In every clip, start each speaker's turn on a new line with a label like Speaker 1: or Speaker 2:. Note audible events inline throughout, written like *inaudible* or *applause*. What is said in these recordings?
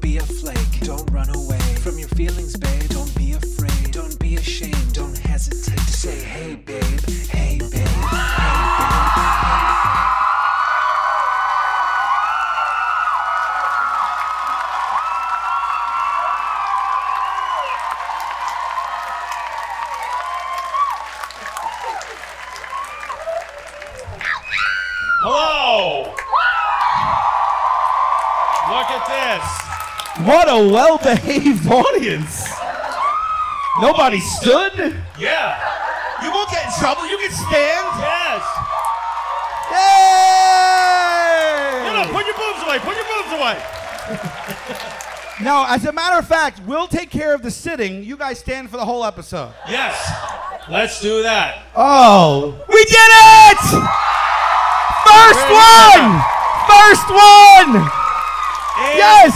Speaker 1: be a flake. Don't run away from your feelings, babe. Don't be afraid. Don't be ashamed. Don't hesitate to say, hey, babe. Hey, babe. Hey, babe.
Speaker 2: Hello! Look at this.
Speaker 3: What a well behaved *laughs* audience. Nobody stood.
Speaker 2: Yeah.
Speaker 3: You won't get in trouble. You can stand.
Speaker 2: Yes. Get up.
Speaker 3: Yay!
Speaker 2: Put your boobs away. Put your boobs away.
Speaker 3: No, as a matter of fact, we'll take care of the sitting. You guys stand for the whole episode.
Speaker 2: Yes. Let's do that.
Speaker 3: Oh. We did it! First one! First one!
Speaker 2: And
Speaker 3: Yes!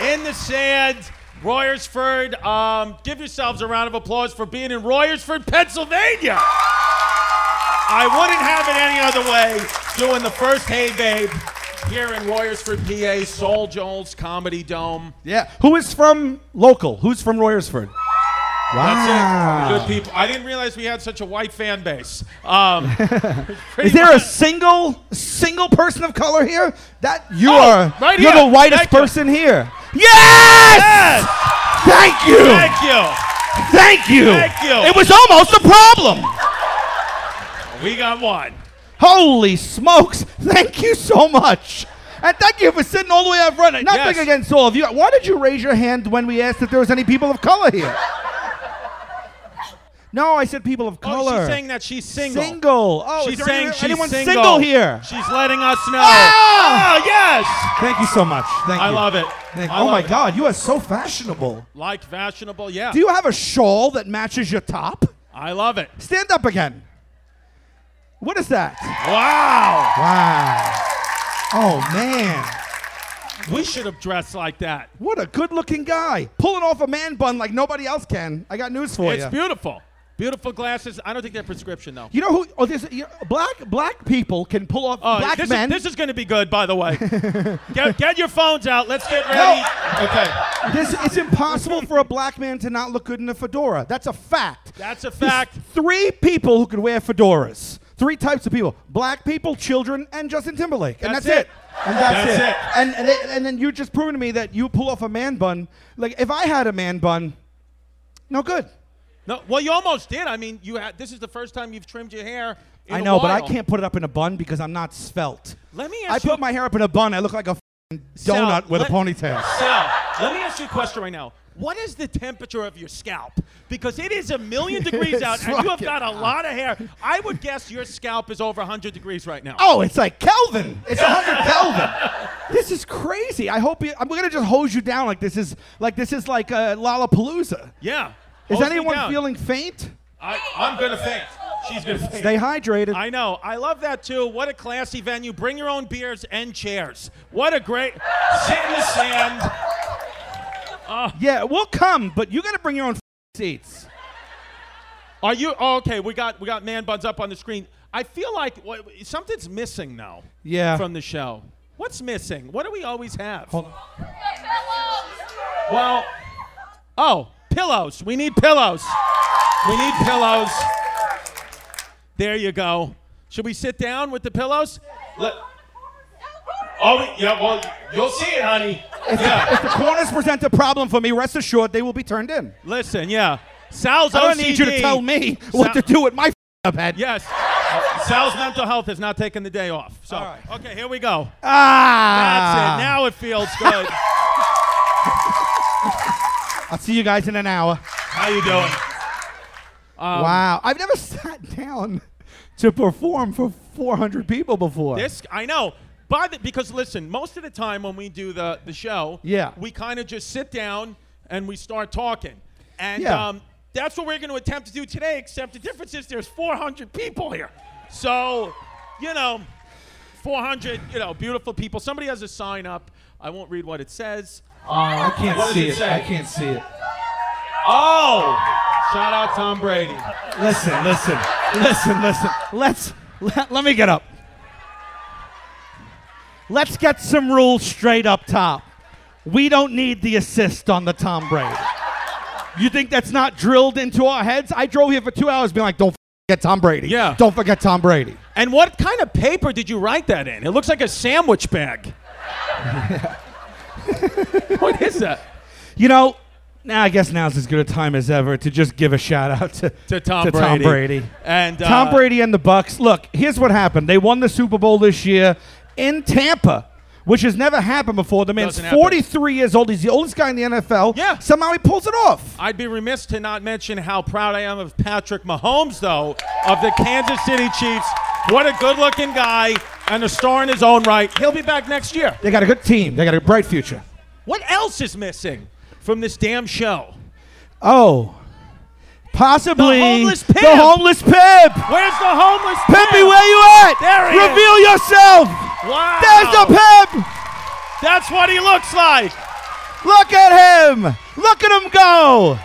Speaker 2: In the sand, Royersford. Um, give yourselves a round of applause for being in Royersford, Pennsylvania. I wouldn't have it any other way. Doing the first Hey Babe here in Royersford, PA, Saul Jones Comedy Dome.
Speaker 3: Yeah. Who is from local? Who's from Royersford? Ah.
Speaker 2: That's it. Good people. I didn't realize we had such a white fan base.
Speaker 3: *laughs*
Speaker 2: Um, *laughs*
Speaker 3: Is there a single single person of color here? That you
Speaker 2: Oh,
Speaker 3: are
Speaker 2: right
Speaker 3: you're
Speaker 2: here.
Speaker 3: the whitest
Speaker 2: Thank you.
Speaker 3: person here. Yes!
Speaker 2: yes!
Speaker 3: Thank you.
Speaker 2: Thank you.
Speaker 3: Thank you.
Speaker 2: Thank you.
Speaker 3: It was almost a problem.
Speaker 2: We got one.
Speaker 3: Holy smokes! Thank you so much. And thank you for sitting all the way up front. Nothing
Speaker 2: Yes.
Speaker 3: against all of you. Why did you raise your hand when we asked if there was any people of color here? No, I said people of color.
Speaker 2: Oh, she's saying that she's single.
Speaker 3: single. Oh,
Speaker 2: she's
Speaker 3: is there
Speaker 2: saying
Speaker 3: any-
Speaker 2: she's
Speaker 3: anyone
Speaker 2: single.
Speaker 3: here?
Speaker 2: She's letting us know.
Speaker 3: Ah!
Speaker 2: Oh, yes.
Speaker 3: Thank you so much. Thank
Speaker 2: I
Speaker 3: you.
Speaker 2: love it.
Speaker 3: Thank-
Speaker 2: I
Speaker 3: oh my
Speaker 2: love it.
Speaker 3: God, you are so fashionable.
Speaker 2: Like fashionable, yeah.
Speaker 3: Do you have a shawl that matches your top?
Speaker 2: I love it.
Speaker 3: Stand up again. What is that?
Speaker 2: Wow.
Speaker 3: Wow. Oh man,
Speaker 2: We should have dressed like that.
Speaker 3: what a good-looking guy pulling off a man bun like nobody else can. I got news for
Speaker 2: It's
Speaker 3: you.
Speaker 2: beautiful. Beautiful glasses. I don't think they're prescription though.
Speaker 3: you know who? Oh, this you know, black black people can pull off
Speaker 2: Oh,
Speaker 3: black
Speaker 2: this
Speaker 3: men.
Speaker 2: Is, this is going to be good, by the
Speaker 3: *laughs*
Speaker 2: way. get, get your phones out. Let's get ready. Okay.
Speaker 3: This- it's impossible for a black man to not look good in a fedora. That's a fact.
Speaker 2: That's a
Speaker 3: There's
Speaker 2: fact.
Speaker 3: Three people who could wear fedoras. Three types of people: black people, children, and Justin Timberlake. And
Speaker 2: That's
Speaker 3: that's,
Speaker 2: it.
Speaker 3: it. And that's,
Speaker 2: That's
Speaker 3: it.
Speaker 2: it.
Speaker 3: And and, it- and then you just proven to me that you pull off a man bun. Like if I had a man bun, no good.
Speaker 2: No, well, you almost did. I mean, you had. This is the first time you've trimmed your hair. In
Speaker 3: I
Speaker 2: a
Speaker 3: know, but I
Speaker 2: while.
Speaker 3: can't put it up in a bun because I'm not svelte.
Speaker 2: Let me
Speaker 3: I
Speaker 2: ask you.
Speaker 3: put my hair up in a bun. I look like a f***ing
Speaker 2: Sal,
Speaker 3: donut with
Speaker 2: let-
Speaker 3: a ponytail.
Speaker 2: Sal, let me ask you a question right now. What is the temperature of your scalp? Because it is a
Speaker 3: *laughs*
Speaker 2: million degrees
Speaker 3: It's
Speaker 2: out, and you have
Speaker 3: fucking
Speaker 2: got a lot of hair. I would guess your scalp is over 100 degrees right now.
Speaker 3: Oh, it's like Kelvin.
Speaker 2: *laughs*
Speaker 3: It's 100 Kelvin. This is crazy. I hope you, I'm gonna just hose you down like this is like this is like uh, Lollapalooza.
Speaker 2: Yeah.
Speaker 3: Is
Speaker 2: Hose me
Speaker 3: anyone
Speaker 2: down.
Speaker 3: feeling faint?
Speaker 2: I, I'm gonna faint. She's gonna faint.
Speaker 3: Stay hydrated.
Speaker 2: I know. I love that too. What a classy venue. Bring your own beers and chairs. What a great sit in the sand.
Speaker 3: yeah, we'll come, but you gotta bring your own f- seats.
Speaker 2: Are you oh, okay? We got we got man buns up on the screen. I feel like wha- something's missing now.
Speaker 3: Yeah.
Speaker 2: From the show. What's missing? What do we always have?
Speaker 3: Hold on.
Speaker 2: Well, oh, pillows. We need pillows. We need pillows. There you go. Should we sit down with the pillows? Let- oh, yeah, well, you'll see it,
Speaker 3: *laughs*
Speaker 2: honey.
Speaker 3: If the corners present a problem for me, rest assured they will be turned in.
Speaker 2: Listen, yeah. Sal's
Speaker 3: I
Speaker 2: OCD.
Speaker 3: don't need you to tell me what
Speaker 2: Sal-
Speaker 3: to do with my f- up head.
Speaker 2: Yes. Sal's mental health has not taken the day off. So,
Speaker 3: All right.
Speaker 2: okay, here we go. That's
Speaker 3: Ah,
Speaker 2: it. Now it feels good.
Speaker 3: I'll see you guys in an hour.
Speaker 2: How you doing? Um,
Speaker 3: wow, I've never *laughs* sat down to perform for 400 people before.
Speaker 2: This I know. By the, because listen, most of the time when we do the the show,
Speaker 3: Yeah.
Speaker 2: we kind of just sit down and we start talking, and
Speaker 3: Yeah.
Speaker 2: um, that's what we're going to attempt to do today. Except the difference is there's 400 people here, so you know, 400 you know beautiful people. Somebody has a sign up. I won't read what it says.
Speaker 3: I can't
Speaker 2: What does see it it. say? I
Speaker 3: can't see it.
Speaker 2: Oh, shout out Tom Brady.
Speaker 3: Listen, listen, listen, listen. Let's let, let me get up. Let's get some rules straight up top. We don't need the assist on the Tom Brady. You think that's not drilled into our heads? I drove here for two hours being like, don't forget Tom Brady.
Speaker 2: Yeah.
Speaker 3: Don't forget Tom Brady.
Speaker 2: And what kind of paper did you write that in? It looks like a sandwich
Speaker 3: *laughs*
Speaker 2: bag. what is that?
Speaker 3: You know, now I guess now's as good a time as ever to just give a shout out to,
Speaker 2: To Tom Brady.
Speaker 3: Brady.
Speaker 2: And uh,
Speaker 3: Tom Brady and the Bucks. Look, here's what happened. They won the Super Bowl this year in Tampa, which has never happened before. The man's
Speaker 2: Doesn't happen.
Speaker 3: 43 years old. He's the oldest guy in the NFL.
Speaker 2: Yeah.
Speaker 3: Somehow he pulls it off.
Speaker 2: I'd be remiss to not mention how proud I am of Patrick Mahomes, though, of the Kansas City Chiefs. What a good looking guy and a star in his own right. He'll be back next year.
Speaker 3: They got a good team. They got a bright future.
Speaker 2: What else is missing from this damn show?
Speaker 3: Oh, possibly
Speaker 2: The homeless
Speaker 3: the
Speaker 2: pimp.
Speaker 3: homeless pimp.
Speaker 2: Where's the homeless
Speaker 3: Pimpy,
Speaker 2: pimp?
Speaker 3: where you at?
Speaker 2: There he is.
Speaker 3: Reveal yourself.
Speaker 2: Wow.
Speaker 3: There's the pimp.
Speaker 2: That's what he looks like.
Speaker 3: Look at him. Look at him go.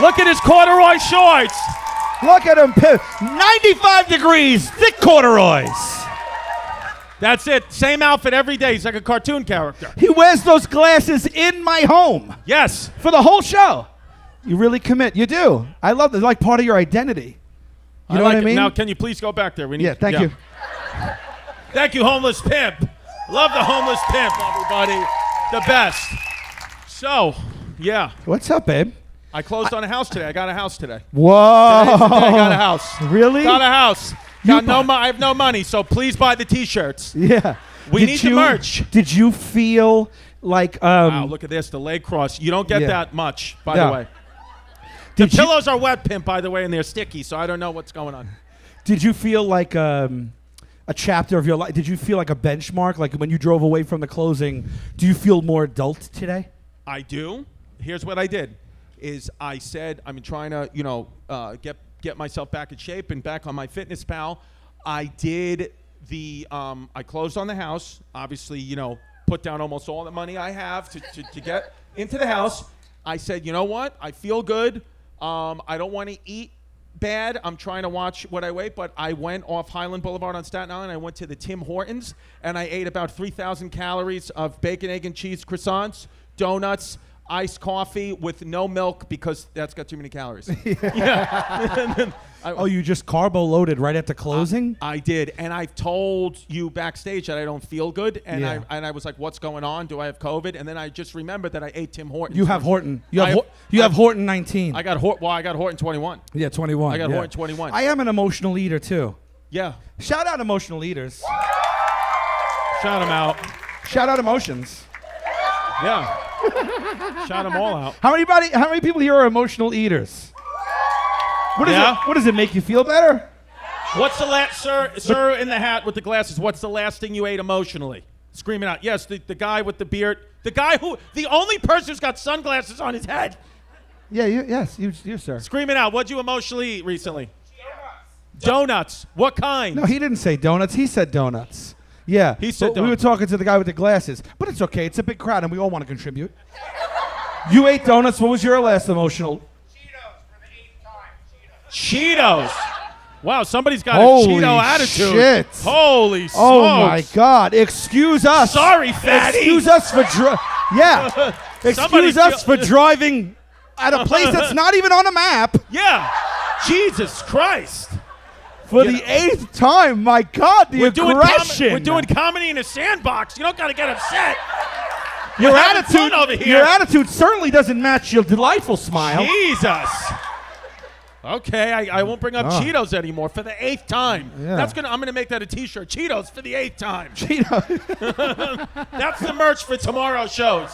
Speaker 2: Look at his corduroy shorts.
Speaker 3: Look at him pimp. 95 degrees, thick corduroys.
Speaker 2: That's it. Same outfit every day. He's like a cartoon character.
Speaker 3: He wears those glasses in my home
Speaker 2: Yes.
Speaker 3: for the whole show. You really commit. You do. I love this. Like part of your identity. You know
Speaker 2: like
Speaker 3: what I
Speaker 2: it.
Speaker 3: mean?
Speaker 2: Now, can you please go back there? We need.
Speaker 3: yeah, thank you.
Speaker 2: Thank you, homeless pimp. Love the homeless pimp, everybody. The best. So, yeah,
Speaker 3: What's up, babe?
Speaker 2: I closed on a house today. I got a house
Speaker 3: *laughs*
Speaker 2: today.
Speaker 3: Whoa.
Speaker 2: Today, today I
Speaker 3: *laughs*
Speaker 2: got a house.
Speaker 3: Oh. Really?
Speaker 2: Got a house. Got no.
Speaker 3: bought-
Speaker 2: Mo- I have no money, so please buy the T-shirts.
Speaker 3: Yeah.
Speaker 2: We need the merch.
Speaker 3: Did you feel like um
Speaker 2: Wow, look at this. The leg cross. You don't get
Speaker 3: Yeah.
Speaker 2: that much, by
Speaker 3: Yeah.
Speaker 2: the way.
Speaker 3: did, you,
Speaker 2: Pillows are wet, pimp, by the way, and they're sticky, so I don't know what's going on.
Speaker 3: did you feel like um a chapter of your life? Did you feel like a benchmark? Like when you drove away from the closing, do you feel more adult today?
Speaker 2: I do. Here's what I did: is I said I'm trying to, you know, uh, get get myself back in shape and back on my fitness pal. I did the. Um, I closed on the house. Obviously, you know, put down almost all the money I have to, to, to get into the house. I said, you know what? I feel good. Um, I don't want to eat bad. I'm trying to watch what I weigh, but I went off Highland Boulevard on Staten Island. I went to the Tim Hortons and I ate about 3,000 calories of bacon, egg, and cheese croissants, donuts, iced coffee with no milk because that's got too many calories.
Speaker 3: *laughs* Oh, you just carbo loaded right at the closing?
Speaker 2: I did, and I've told you backstage that I don't feel good, and
Speaker 3: Yeah.
Speaker 2: I and I was like, "What's going on? Do I have COVID?" And then I just remembered that I ate Tim Hortons.
Speaker 3: you have Horton. You have,
Speaker 2: I-
Speaker 3: Hor- you have
Speaker 2: I-
Speaker 3: Horton 19.
Speaker 2: I got Hort. Well, I got Horton 21.
Speaker 3: yeah, 21.
Speaker 2: I got
Speaker 3: yeah.
Speaker 2: Horton 21.
Speaker 3: I am an emotional eater too.
Speaker 2: Yeah,
Speaker 3: Shout out emotional eaters.
Speaker 2: shout them out.
Speaker 3: Shout out emotions.
Speaker 2: Yeah, *laughs* shout them all out.
Speaker 3: How many body, how many people here are emotional eaters? What does
Speaker 2: Yeah.
Speaker 3: it what does it make you feel better?
Speaker 2: What's the last, sir, sir in the hat with the glasses? What's the last thing you ate emotionally? Screaming out, yes, the, the guy with the beard, the guy who, the only person who's got sunglasses on his head.
Speaker 3: Yeah, you, yes, you, you sir.
Speaker 2: Screaming out, what'd you emotionally eat recently? Donuts. What kind?
Speaker 3: No, he didn't say donuts. He said donuts. Yeah.
Speaker 2: He said
Speaker 3: but We were
Speaker 2: donuts.
Speaker 3: talking to the guy with the glasses, but it's okay. It's a big crowd, and we all want to contribute. you ate donuts. What was your last emotional?
Speaker 4: Cheetos for the eighth time. Cheetos.
Speaker 2: Cheetos. Wow, somebody's got
Speaker 3: Holy
Speaker 2: a Cheeto attitude.
Speaker 3: shit.
Speaker 2: Holy
Speaker 3: Oh my
Speaker 2: smokes.
Speaker 3: God! Excuse us.
Speaker 2: Sorry, fatty.
Speaker 3: Excuse us for dri- yeah.
Speaker 2: *laughs* Somebody
Speaker 3: Excuse us
Speaker 2: feel-
Speaker 3: for driving at a place that's not even on a map
Speaker 2: Yeah. Jesus Christ.
Speaker 3: for
Speaker 2: You
Speaker 3: the
Speaker 2: know-
Speaker 3: eighth time. My God, the
Speaker 2: We're doing, com-
Speaker 3: aggression.
Speaker 2: we're doing comedy in a sandbox. You don't got to get upset.
Speaker 3: your
Speaker 2: having fun
Speaker 3: attitude.
Speaker 2: over here.
Speaker 3: Your attitude certainly doesn't match your delightful smile.
Speaker 2: Jesus. Okay, I, I won't bring up
Speaker 3: Ah.
Speaker 2: Cheetos anymore for the eighth time.
Speaker 3: Yeah.
Speaker 2: That's gonna I'm gonna make that a T-shirt. Cheetos for the eighth time.
Speaker 3: *laughs* Cheeto.
Speaker 2: That's the merch for tomorrow's
Speaker 3: *laughs*
Speaker 2: shows.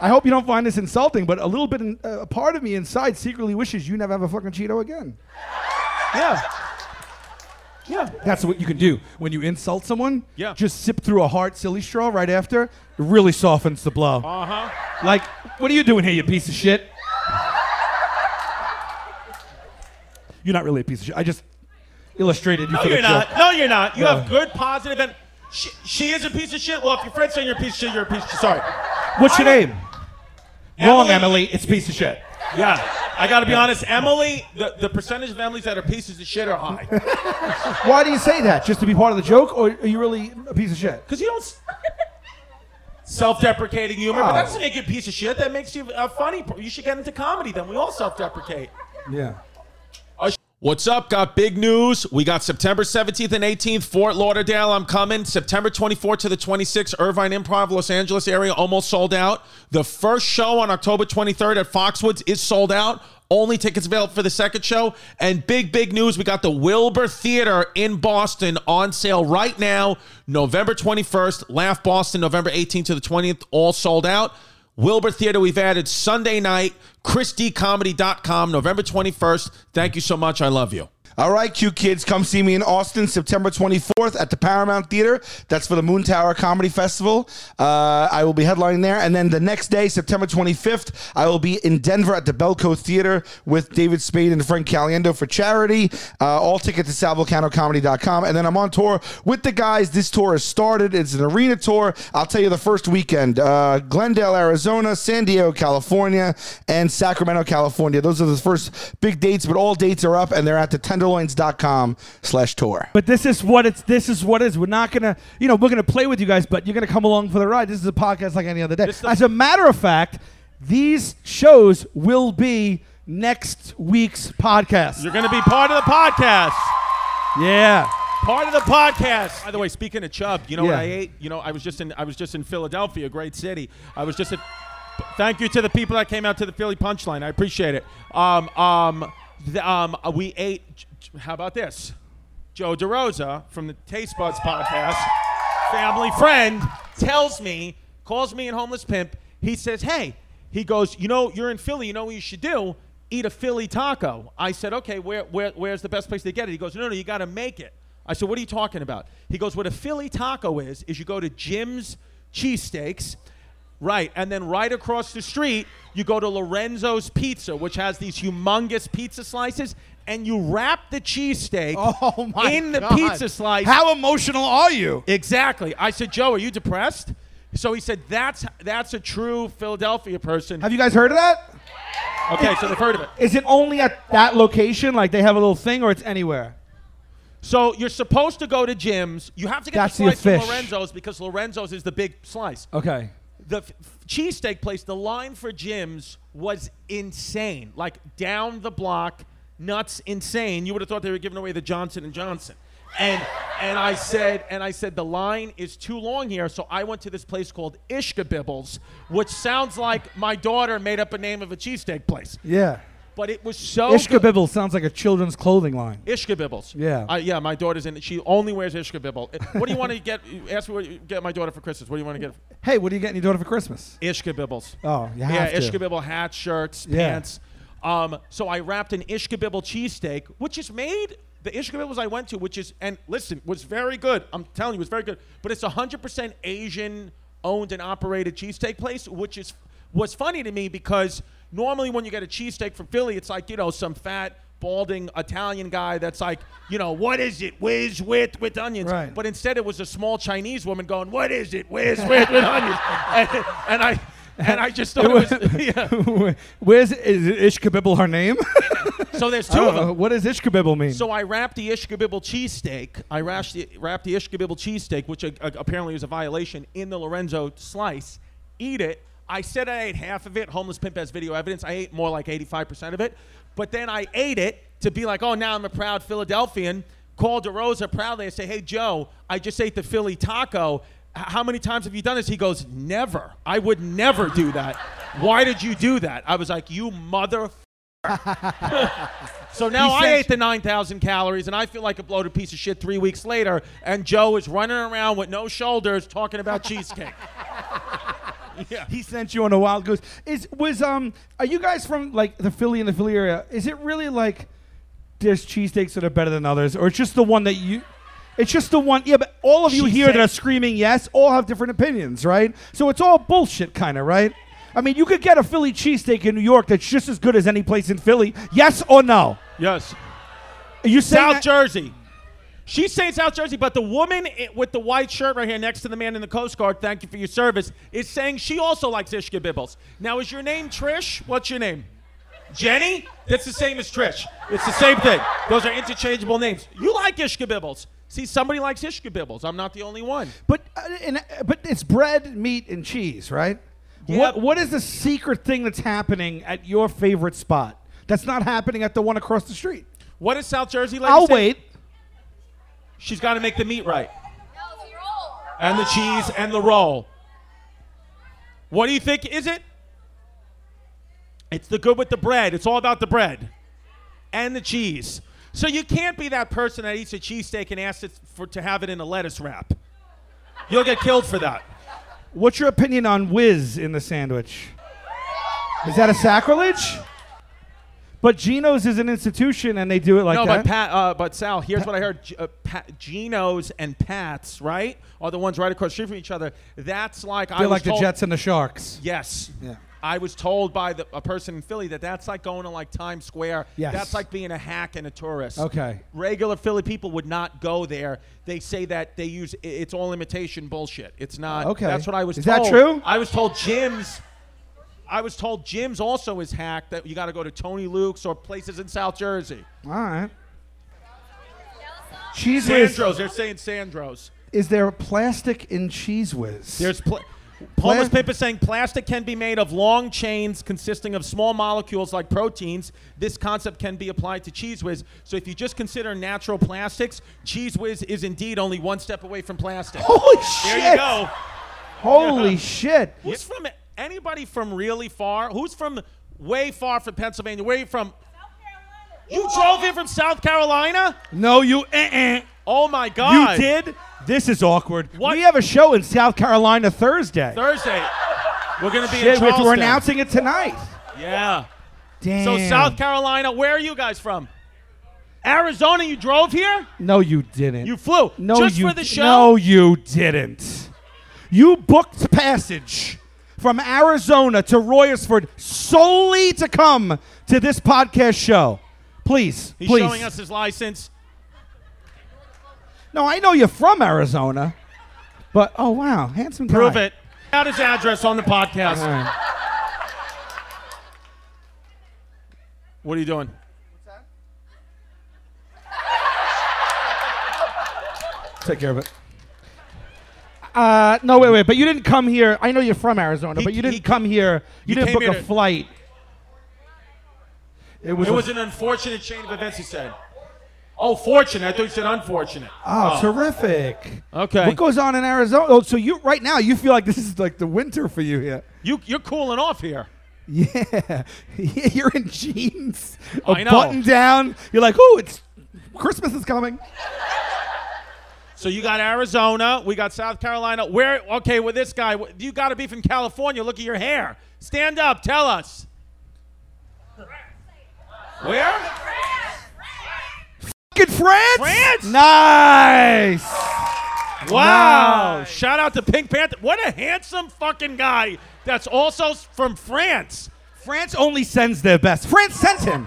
Speaker 3: I hope you don't find this insulting, but a little bit, in, uh, a part of me inside secretly wishes you never have a fucking Cheeto again. Yeah. Yeah. That's what you can do when you insult someone.
Speaker 2: Yeah.
Speaker 3: Just sip through a hard silly straw right after. It really softens the blow.
Speaker 2: Uh huh.
Speaker 3: like, what are you doing here, you piece of shit? You're not really a piece of shit. I just illustrated you
Speaker 2: No,
Speaker 3: for the
Speaker 2: you're not.
Speaker 3: joke.
Speaker 2: No, you're not. You
Speaker 3: Yeah.
Speaker 2: have good, positive, and she, she is a piece of shit. Well, if your friend's saying you're a piece of shit, you're a piece of shit. Sorry.
Speaker 3: What's your
Speaker 2: I-
Speaker 3: name? Wrong,
Speaker 2: Emily-
Speaker 3: Emily. It's piece of shit.
Speaker 2: Yeah. I gotta be honest, Emily. The, the percentage of Emily's that are pieces of shit are high.
Speaker 3: Why do you say that? Just to be part of the joke, or are you really a piece of shit?
Speaker 2: Cause you don't. s- self-deprecating humor, but
Speaker 3: Oh.
Speaker 2: that doesn't make you a piece of shit. That makes you a funny. per- You should get into comedy. Then we all self-deprecate.
Speaker 3: Yeah.
Speaker 2: What's up? Got big news. We got September 17th and 18th, Fort Lauderdale. I'm coming. September 24th to the 26th, Irvine Improv, Los Angeles area, almost sold out. The first show on October 23rd at Foxwoods is sold out. Only tickets available for the second show. And big, big news we got the Wilbur Theater in Boston on sale right now, November 21st. Laugh Boston, November 18th to the 20th, all sold out. Wilbur Theater, we've added Sunday night, ChristyComedy.com, November 21st. Thank you so much. I love you.
Speaker 5: All right, cute kids, come see me in Austin September 24th at the Paramount Theater. That's for the Moon Tower Comedy Festival. Uh, I will be headlining there. And then the next day, September 25th, I will be in Denver at the Belco Theater with David Spade and Frank Caliendo for charity. Uh, all tickets at salvolcanocomedy.com. And then I'm on tour with the guys. This tour has started. It's an arena tour. I'll tell you the first weekend uh, Glendale, Arizona, San Diego, California, and Sacramento, California. Those are the first big dates, but all dates are up and they're at the tenderloins.com slash tour.
Speaker 3: But this is what it's. This is what it is. We're not gonna, you know, we're gonna play with you guys, but you're gonna come along for the ride. This is a podcast like any other day. As a matter of fact, these shows will be next week's podcast.
Speaker 2: You're going to be part of the podcast.
Speaker 3: yeah.
Speaker 2: Part of the podcast. By the way, speaking of Chubb, you know what
Speaker 3: Yeah.
Speaker 2: I ate? You know, I was just in I was just in Philadelphia, great city. I was just at Thank you to the people that came out to the Philly punchline. I appreciate it. Um um the, um we ate how about this? Joe DeRosa from the Taste Buds podcast, family friend, tells me, calls me a homeless pimp. He says, Hey, he goes, You know, you're in Philly. You know what you should do? Eat a Philly taco. I said, Okay, where, where, where's the best place to get it? He goes, No, no, you got to make it. I said, What are you talking about? He goes, What a Philly taco is, is you go to Jim's Cheesesteaks. Right, and then right across the street, you go to Lorenzo's Pizza, which has these humongous pizza slices, and you wrap the
Speaker 6: *laughs*
Speaker 2: cheesesteak
Speaker 3: *laughs*
Speaker 6: Oh my
Speaker 2: in the
Speaker 6: God.
Speaker 2: pizza slice.
Speaker 6: How emotional are you?
Speaker 2: Exactly. I said, Joe, are you depressed? So he said, that's that's a true Philadelphia person.
Speaker 3: Have you guys heard of that?
Speaker 2: Okay, so they've heard of it.
Speaker 3: Is it only at that location? Like they have a little thing, or it's anywhere?
Speaker 2: So you're supposed to go to gyms. You have to get
Speaker 3: That's
Speaker 2: the
Speaker 3: your
Speaker 2: slice from
Speaker 3: fish.
Speaker 2: Lorenzo's because Lorenzo's is the big slice.
Speaker 3: Okay.
Speaker 2: the f- cheesesteak place, the line for Jim's was insane. Like down the block, nuts insane. You would have thought they were giving away the Johnson and Johnson. And and I said and I said the line is too long here, so I went to this place called Ishka Bibbles, which sounds like my daughter made up a name of a cheesesteak place.
Speaker 3: Yeah.
Speaker 2: But it was so
Speaker 3: Ishka
Speaker 2: good.
Speaker 3: Bibble sounds like a children's clothing line.
Speaker 2: Ishka Bibbles.
Speaker 3: Yeah.
Speaker 2: I- yeah, my daughter's in it. She only wears Ishka Bibble. What do you want to get? Ask me what you get my daughter for Christmas. What do you want to get?
Speaker 3: Hey, what are you getting your daughter for *laughs* Christmas?
Speaker 2: Ishka Bibbles.
Speaker 3: Oh, you
Speaker 2: yeah,
Speaker 3: have to.
Speaker 2: Ishkabibble hats, shirts,
Speaker 3: Yeah.
Speaker 2: pants. Um, so I wrapped an Ishkabibble cheesesteak, which is made the Ishkabibbles I went to, which is and listen, was very good. I'm telling you, it was very good. But it's 100% Asian owned and operated cheesesteak place, which is was funny to me because normally when you get a cheesesteak from Philly, it's like you know some fat. Balding Italian guy that's like, you know, what is it? Whiz with with onions.
Speaker 3: Right.
Speaker 2: But instead, it was a small Chinese woman going, "What is it? Whiz with with onions?" *laughs* And, and I, and I just thought it was, *laughs* yeah.
Speaker 3: Where's is Ishka Bibble her name?
Speaker 2: So there's two of them.
Speaker 3: *laughs* what does Ishka Bibble mean?
Speaker 2: So I wrapped the Ishkabibble cheesesteak. I wrapped the, wrapped the Ishkabibble cheesesteak, which uh, uh, apparently is a violation, in the Lorenzo slice. Eat it. I said I ate half of it. Homeless Pimp has video evidence. I ate more like 85% of it. But then I ate it to be like, oh, now I'm a proud Philadelphian. Called DeRosa proudly. I say, hey, Joe, I just ate the Philly taco. H- How many times have you done this? He goes, never. I would never do that. Why did you do that? I was like, you mother. So now I ate the 9,000 calories and I feel like a bloated piece of shit three weeks later, and Joe is running around with no shoulders talking about cheesecake.
Speaker 3: he sent you on a wild goose. Is was um are you guys from like the Philly and the Philly area? Is it really like there's cheesesteaks that are better than others, or it's just the one that you? It's just the one. Yeah, but all of you here that are screaming yes all have different opinions, right? So it's all bullshit, kind of, right? I mean, you could get a Philly cheesesteak in New York that's just as good as any place in Philly. Yes or no?
Speaker 2: Yes.
Speaker 3: Are you saying
Speaker 2: South
Speaker 3: that-
Speaker 2: Jersey. She's saying South Jersey, but the woman i- with the white shirt right here next to the man in the Coast Guard, thank you for your service, is saying she also likes Ishka Bibbles. Now, is your name Trish? What's your name? Jenny? That's the same as Trish. It's the same thing. Those are interchangeable names. You like Ishka Bibbles. See, somebody likes ishka bibbles. I'm not the only one.
Speaker 3: But uh, and, uh, but it's bread, meat, and cheese, right? What what is the secret thing that's happening at your favorite spot that's not happening at the one across the street?
Speaker 2: What is South Jersey lady?
Speaker 3: I'll
Speaker 2: say?
Speaker 3: wait.
Speaker 2: She's got to make the meat right,
Speaker 7: No, the roll.
Speaker 2: and the cheese, and the roll. What do you think? Is it? It's the good with the bread. It's all about the bread, and the cheese. So you can't be that person that eats a cheesesteak and asks it for, to have it in a lettuce wrap. You'll get killed for that.
Speaker 3: What's your opinion on whiz in the sandwich? Is that a sacrilege? But Geno's is an institution, and they do it like
Speaker 2: no,
Speaker 3: that.
Speaker 2: but Pat, uh, but Sal, here's what I heard: G- uh, Pat, Geno's and Pat's, right, are the ones right across the street from each other. That's like I
Speaker 3: They're
Speaker 2: was
Speaker 3: like the
Speaker 2: told-
Speaker 3: Jets and the Sharks.
Speaker 2: Yes. I was told by the, a person in Philly that that's like going to like Times Square.
Speaker 3: Yes.
Speaker 2: That's like being a hack and a tourist.
Speaker 3: Okay.
Speaker 2: Regular Philly people would not go there. They say that they use i- it's all imitation bullshit. It's not.
Speaker 3: Okay.
Speaker 2: That's what I was
Speaker 3: Is that
Speaker 2: told.
Speaker 3: true?
Speaker 2: I was told Jim's. I was told Jim's also is hack. That you got to go to Tony Luke's or places in South Jersey.
Speaker 3: All right. Cheese whiz.
Speaker 2: Sandro's. They're saying Sandro's.
Speaker 3: Is there plastic in cheese whiz?
Speaker 2: There's pl- Homeless
Speaker 3: Pla-
Speaker 2: Pip is saying plastic can be made of long chains consisting of small molecules like proteins. This concept can be applied to Cheese Whiz. So if you just consider natural plastics, Cheese Whiz is indeed only one step away from plastic.
Speaker 3: holy
Speaker 2: there
Speaker 3: Oh, shit.
Speaker 2: you go. *laughs*
Speaker 3: Holy shit.
Speaker 2: Who's from anybody from really far? Who's from way far from Pennsylvania? Where are you from? You drove here from South Carolina?
Speaker 3: No, you. Uh-uh.
Speaker 2: Oh my
Speaker 3: You
Speaker 2: God!
Speaker 3: did? This is awkward.
Speaker 2: What-
Speaker 3: We have a show in South Carolina Thursday.
Speaker 2: Thursday. We're gonna be in
Speaker 3: Shit, we're,
Speaker 2: Charleston.
Speaker 3: we're announcing it tonight.
Speaker 2: Yeah.
Speaker 3: Damn.
Speaker 2: So South Carolina, where are you guys from? Arizona, you drove here?
Speaker 3: No, you didn't.
Speaker 2: You flew.
Speaker 3: no,
Speaker 2: just
Speaker 3: you
Speaker 2: for the show.
Speaker 3: No, you didn't. You booked passage from Arizona to Royersford solely to come to this podcast show. Please,
Speaker 2: He's
Speaker 3: please.
Speaker 2: showing us his license.
Speaker 3: no, I know you're from Arizona, but oh wow, handsome guy.
Speaker 2: Prove it. Out his address on the podcast.
Speaker 3: All right.
Speaker 2: What are you doing?
Speaker 3: Take care of it. Uh, no, wait, wait. But you didn't come here. I know you're from Arizona,
Speaker 2: He-
Speaker 3: but you didn't
Speaker 2: he-
Speaker 3: come here.
Speaker 2: you
Speaker 3: You, didn't
Speaker 2: came
Speaker 3: book a
Speaker 2: here to-
Speaker 3: flight. It was.
Speaker 2: It was an unfortunate chain of events, he said. Oh, fortunate. I thought you said unfortunate.
Speaker 3: oh, terrific.
Speaker 2: Okay.
Speaker 3: What goes on in Arizona? Oh, so you right now you feel like this is like the winter for you here. *laughs*
Speaker 2: You, you're cooling off here.
Speaker 3: Yeah, *laughs* yeah. You're in jeans, a
Speaker 2: I know.
Speaker 3: button down. You're like, oh, it's Christmas is coming.
Speaker 2: So you got Arizona. We got South Carolina. Where? Okay, with this guy, wh- you got to be from California. Look at your hair. Stand up. Tell us. Where?
Speaker 3: Fucking France.
Speaker 2: France?
Speaker 3: Nice.
Speaker 2: Wow!
Speaker 3: Nice.
Speaker 2: Shout out to Pink Panther. What a handsome fucking guy. That's also s- from France.
Speaker 3: France only sends their best. France sent him.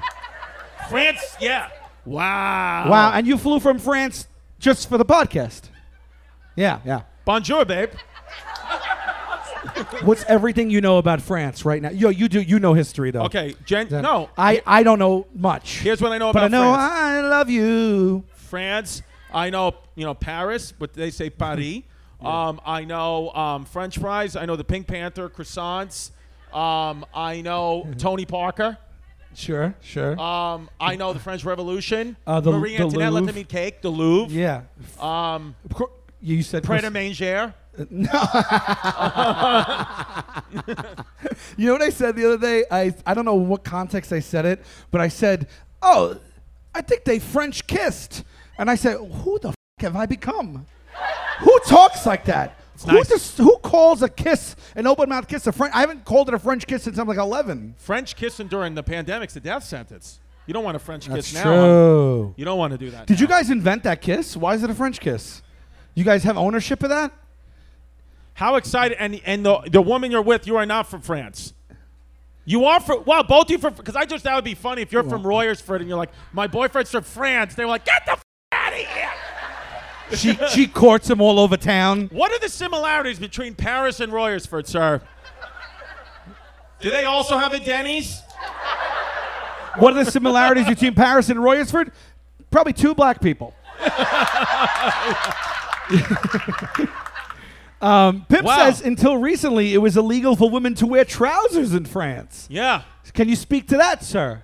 Speaker 2: France, yeah. Wow.
Speaker 3: Wow, and you flew from France just for the podcast. Yeah, yeah.
Speaker 2: Bonjour, babe.
Speaker 3: What's everything you know about France right now? Yo, you do you know history though.
Speaker 2: Okay, Jen.
Speaker 3: Then
Speaker 2: No,
Speaker 3: I I don't know much.
Speaker 2: here's what I know
Speaker 3: but
Speaker 2: about
Speaker 3: I know
Speaker 2: France.
Speaker 3: I love you.
Speaker 2: France. I know, you know, Paris, but they say Paris.
Speaker 3: Mm-hmm.
Speaker 2: Um, I know um, French fries. I know the Pink Panther croissants. Um, I know
Speaker 3: Mm-hmm.
Speaker 2: Tony Parker.
Speaker 3: Sure, sure.
Speaker 2: Um, I know the French Revolution.
Speaker 3: Uh, the-
Speaker 2: Marie
Speaker 3: the
Speaker 2: Antoinette let
Speaker 3: Louvre.
Speaker 2: them eat cake. The Louvre.
Speaker 3: yeah.
Speaker 2: Um,
Speaker 3: Cro- You said
Speaker 2: Pret a
Speaker 3: Chris-
Speaker 2: Manger.
Speaker 3: You know what I said the other day? I I don't know what context I said it, but I said, "Oh, I think they French kissed." And I said, "Who the f- have I become? Who talks like that? Who
Speaker 2: nice.
Speaker 3: just who calls a kiss an open mouth kiss a French? I haven't called it a French kiss since I'm like 11."
Speaker 2: French kissing during the pandemic's a death sentence. You don't want a French kiss now. You don't want to do that.
Speaker 3: Did you
Speaker 2: now.
Speaker 3: guys invent that kiss? Why is it a French kiss? You guys have ownership of that?
Speaker 2: How excited! And and the the woman you're with, you are not from France. You are from wow, both you from because I just that would be funny if you're from Royersford and you're like my boyfriend's from France. They were like, get the f- out of here.
Speaker 3: She she courts him all over town.
Speaker 2: What are the similarities between Paris and Royersford, sir? Do they also have a Denny's?
Speaker 3: What are the similarities between Paris and Royersford? Probably two black people. *laughs* Um, Pip
Speaker 2: Wow.
Speaker 3: says until recently it was illegal for women to wear trousers in France.
Speaker 2: Yeah.
Speaker 3: Can you speak to that, sir?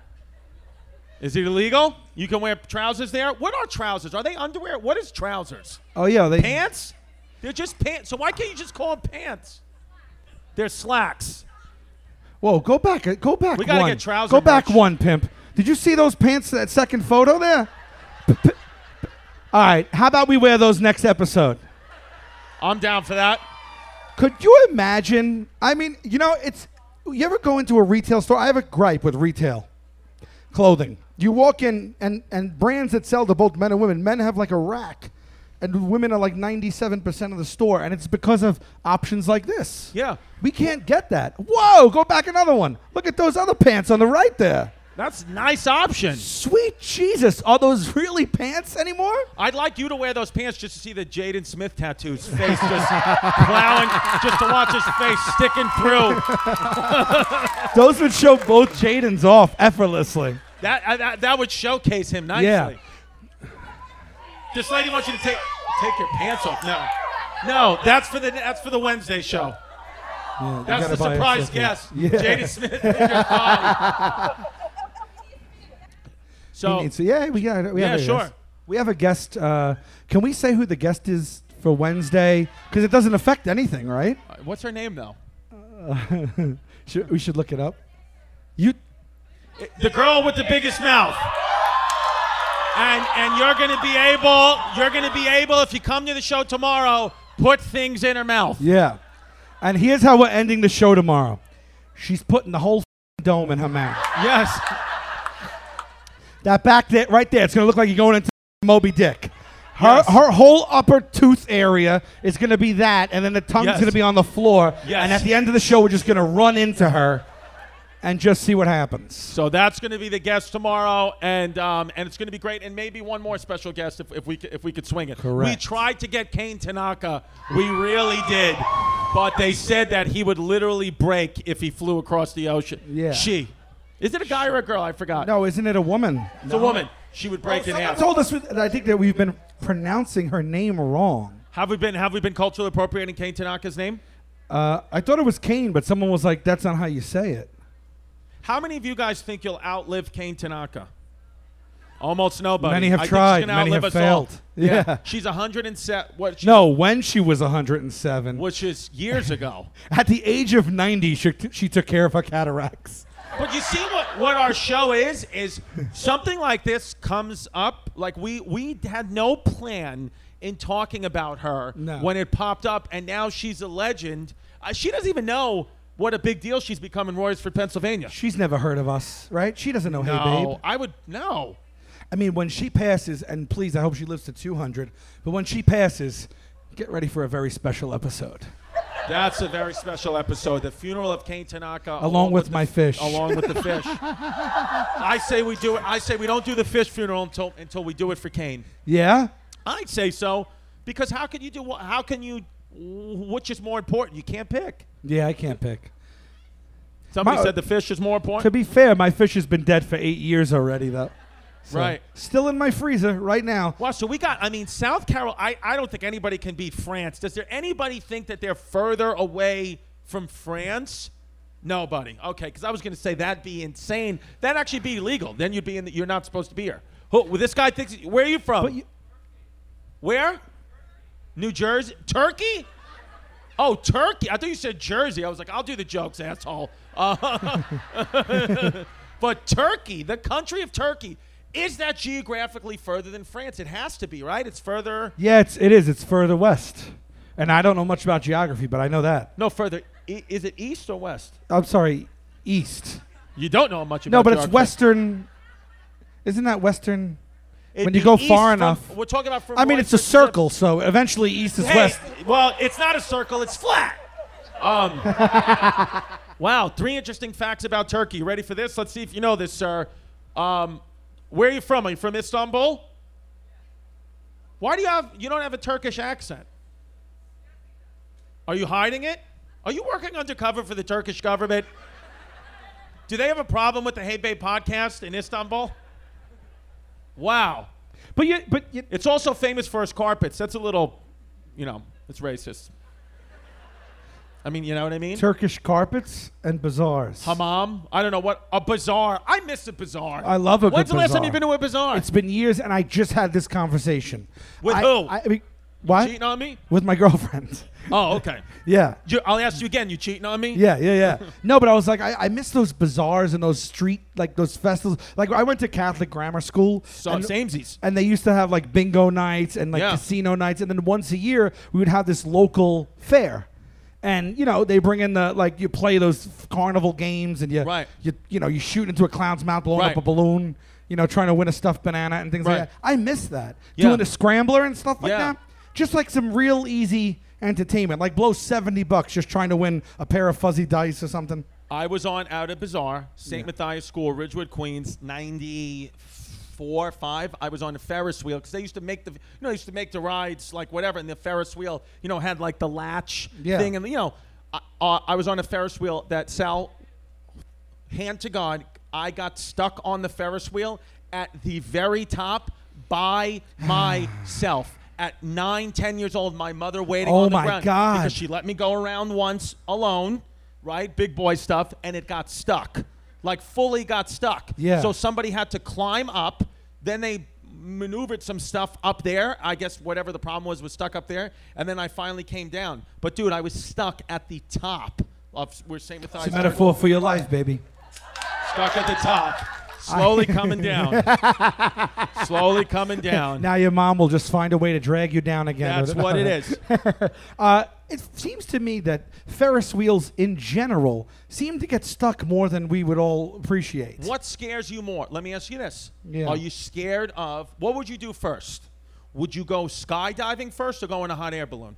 Speaker 2: Is it illegal? You can wear trousers there. What are trousers? Are they underwear? What is trousers?
Speaker 3: Oh yeah, they
Speaker 2: Pants? They're just pants. So why can't you just call them pants? They're slacks.
Speaker 3: Whoa, go back, uh, go back.
Speaker 2: We gotta
Speaker 3: one.
Speaker 2: get trouser
Speaker 3: Go back
Speaker 2: merch.
Speaker 3: one, pimp. Did you see those pants? That second photo there. P- p- p- All right, how about we wear those next episode?
Speaker 2: I'm down for that.
Speaker 3: Could you imagine? I mean, you know, it's you ever go into a retail store? I have a gripe with retail clothing. You walk in and and brands that sell to both men and women. Men have like a rack, and women are like ninety seven percent of the store, and it's because of options like this.
Speaker 2: Yeah.
Speaker 3: We can't get that. Whoa, go back another one. Look at those other pants on the right there.
Speaker 2: That's nice option.
Speaker 3: Sweet Jesus, are those really pants anymore?
Speaker 2: I'd like you to wear those pants just to see the Jaden Smith tattoos face just *laughs* plowing, just to watch his face sticking through.
Speaker 3: Those would show both Jadens off effortlessly.
Speaker 2: That I, that, that would showcase him nicely.
Speaker 3: Yeah.
Speaker 2: This lady wants you to take take your pants off. No, no, that's for the that's for the Wednesday show. that's
Speaker 3: gotta
Speaker 2: the
Speaker 3: buy
Speaker 2: surprise
Speaker 3: yourself
Speaker 2: guest,
Speaker 3: a- Yeah.
Speaker 2: Jaden Smith. and your
Speaker 3: *laughs*
Speaker 2: colleague. so
Speaker 3: It's- yeah, we got. We
Speaker 2: Yeah,
Speaker 3: have a
Speaker 2: sure.
Speaker 3: Guest. We have a guest. Uh, can we say who the guest is for Wednesday? Because it doesn't affect
Speaker 2: *laughs*
Speaker 3: anything, right?
Speaker 2: what's her name though?
Speaker 3: Should, we should look it up. You.
Speaker 2: The girl with the biggest mouth. And and you're gonna be able you're gonna be able if you come to the show tomorrow put things in her mouth.
Speaker 3: Yeah. And here's how we're ending the show tomorrow. She's putting the whole f***ing dome in her mouth.
Speaker 2: Yes.
Speaker 3: That back there, right there, it's gonna look like you're going into *laughs* Moby Dick. Her,
Speaker 2: Yes.
Speaker 3: her whole upper tooth area is gonna be that, and then the tongue's
Speaker 2: Yes.
Speaker 3: gonna be on the floor.
Speaker 2: Yes.
Speaker 3: And at the end of the show, we're just gonna run into her, and just see what happens.
Speaker 2: So that's going to be the guest tomorrow, and um, and it's going to be great, and maybe one more special guest if, if we c- if we could swing it. We
Speaker 3: Correct.
Speaker 2: tried to get Kane Tanaka, we really did, but they said that he would literally break if he flew across the ocean.
Speaker 3: Yeah.
Speaker 2: She, is it a guy or a girl? I forgot.
Speaker 3: No, isn't it a woman?
Speaker 2: it's a woman. She would break in
Speaker 3: Someone
Speaker 2: half.
Speaker 3: told us that I think that we've been pronouncing her name wrong.
Speaker 2: Have we been have we been culturally appropriating Kane Tanaka's name?
Speaker 3: Uh, I thought it was Kane, but someone was like, "That's not how you say it."
Speaker 2: How many of you guys think you'll outlive Kane Tanaka? Almost nobody.
Speaker 3: Many have
Speaker 2: I think she's
Speaker 3: tried.
Speaker 2: gonna
Speaker 3: Many
Speaker 2: outlive
Speaker 3: have
Speaker 2: us all.
Speaker 3: failed. Yeah.
Speaker 2: She's 107. What? She,
Speaker 3: No, when she was 107,
Speaker 2: Which is
Speaker 3: *laughs*
Speaker 2: years ago.
Speaker 3: at the age of 90, she, she took care of her cataracts.
Speaker 2: But you see what, what our show is is something like this comes up. Like we we had no plan in talking about her
Speaker 3: No.
Speaker 2: when it popped up, and now she's a legend. Uh, she doesn't even know what a big deal she's become in Royersford, Pennsylvania.
Speaker 3: She's never heard of us, right? She doesn't know. Hey, babe.
Speaker 2: No, I would no.
Speaker 3: I mean, when she passes, and please, I hope she lives to 200. But when she passes, get ready for a very special episode.
Speaker 2: That's a very special episode. The funeral of Kane Tanaka, along,
Speaker 3: with
Speaker 2: the
Speaker 3: my
Speaker 2: f-
Speaker 3: fish.
Speaker 2: Along with the
Speaker 3: *laughs*
Speaker 2: fish. I say we do it. I say we don't do the fish funeral until until we do it for Kane.
Speaker 3: Yeah.
Speaker 2: I'd say so, because how can you do? wh- How can you? Which is more important? You can't pick.
Speaker 3: Yeah, I can't pick.
Speaker 2: Somebody
Speaker 3: My-
Speaker 2: said the fish is more
Speaker 3: To
Speaker 2: important.
Speaker 3: be fair, my fish has been dead for eight years already, though. So,
Speaker 2: Right.
Speaker 3: Still in my freezer right now.
Speaker 2: Wow. So we got. I mean, South Carolina. I, I don't think anybody can beat France. Does there anybody think that they're further away from France? Nobody. Okay, because I was going to say that'd be insane. That'd actually be illegal. Then you'd be in. The, you're not supposed to be here. Who, well, this guy thinks. Where are you from?
Speaker 3: you-
Speaker 2: where? New Jersey, Turkey. Oh, Turkey. I thought you said Jersey. I was like, I'll do the jokes, asshole. Uh, *laughs* but Turkey, the country of Turkey, is that geographically further than France? It has to be, right? It's further.
Speaker 3: Yeah, it's, it is. It's further west. And I don't know much about geography, but I know that.
Speaker 2: No, further. I- is it east or west?
Speaker 3: I'm sorry, east.
Speaker 2: You don't know much about.
Speaker 3: No, but it's
Speaker 2: geography.
Speaker 3: western. Isn't that western?
Speaker 2: It'd
Speaker 3: when you
Speaker 2: be
Speaker 3: go
Speaker 2: east
Speaker 3: far
Speaker 2: from-
Speaker 3: enough-
Speaker 2: We're talking about. From
Speaker 3: I mean, it's a
Speaker 2: Rochester to-
Speaker 3: circle, so eventually east is
Speaker 2: Hey,
Speaker 3: west.
Speaker 2: Well, it's not a circle. It's flat. Um, wow. Three interesting facts about Turkey. You Ready for this? Let's see if you know this, sir. Um, where are you from? Are you from Istanbul? Why do you have? You don't have a Turkish accent. Are you hiding it? Are you working undercover for the Turkish government? Do they have a problem with the Hey Bay podcast in Istanbul? Wow.
Speaker 3: But you, but you,
Speaker 2: It's also famous for its carpets. That's a little, you know, it's racist. I mean, you know what I mean?
Speaker 3: Turkish carpets and bazaars.
Speaker 2: Hammam. I don't know what a bazaar. I miss a bazaar.
Speaker 3: I love a good
Speaker 2: When's the last time
Speaker 3: bazaar.
Speaker 2: you've been to a bazaar?
Speaker 3: It's been years, and I just had this conversation.
Speaker 2: With
Speaker 3: I-
Speaker 2: who?
Speaker 3: I, I mean, what?
Speaker 2: cheating on me?
Speaker 3: With my girlfriend. *laughs*
Speaker 2: Oh, okay.
Speaker 3: yeah.
Speaker 2: You, I'll ask you again. You cheating on me?
Speaker 3: Yeah, yeah, yeah. No, but I was like, I, I miss those bazaars and those street, like those festivals. Like, I went to Catholic grammar school.
Speaker 2: So
Speaker 3: and,
Speaker 2: samesies.
Speaker 3: and they used to have like bingo nights and like
Speaker 2: Yeah.
Speaker 3: casino nights. And then once a year, we would have this local fair. And, you know, they bring in the, like, you play those carnival games and you,
Speaker 2: Right.
Speaker 3: you, you know, you shoot into a clown's mouth, blowing
Speaker 2: Right.
Speaker 3: up a balloon, you know, trying to win a stuffed banana and things
Speaker 2: Right.
Speaker 3: like that. I miss that.
Speaker 2: Yeah.
Speaker 3: Doing a scrambler and stuff like
Speaker 2: Yeah.
Speaker 3: that. Just like some real easy entertainment, like blow 70 bucks just trying to win a pair of fuzzy dice or something.
Speaker 2: I was on out at Bazaar, St. Matthias School, Ridgewood, Queens, 94, 5. I was on the Ferris wheel because they used to make the, you know, they used to make the rides like whatever, and the Ferris wheel, you know, had like the latch
Speaker 3: Yeah.
Speaker 2: thing, and you know, I, uh, I was on a Ferris wheel that Sal, hand to God, I got stuck on the Ferris wheel at the very top
Speaker 3: *sighs*
Speaker 2: by myself. At nine, ten years old, my mother waiting
Speaker 3: Oh
Speaker 2: on the
Speaker 3: my
Speaker 2: ground
Speaker 3: God.
Speaker 2: because she let me go around once alone, right? Big boy stuff, and it got stuck. Like fully got stuck.
Speaker 3: Yeah.
Speaker 2: So somebody had to climb up. Then they maneuvered some stuff up there. I guess whatever the problem was was stuck up there. And then I finally came down. But dude, I was stuck at the top of where St. Matthias.
Speaker 3: It's a metaphor for your life, baby.
Speaker 2: Stuck at the top. Slowly coming
Speaker 3: *laughs*
Speaker 2: down. Slowly coming down.
Speaker 3: Now your mom will just find a way to drag you down again. *laughs*
Speaker 2: That's what it is.
Speaker 3: Uh, it seems to me that Ferris wheels in general seem to get stuck more than we would all appreciate.
Speaker 2: What scares you more? Let me ask you this.
Speaker 3: Yeah.
Speaker 2: Are you scared of what would you do first? Would you go skydiving first or go in a hot air balloon?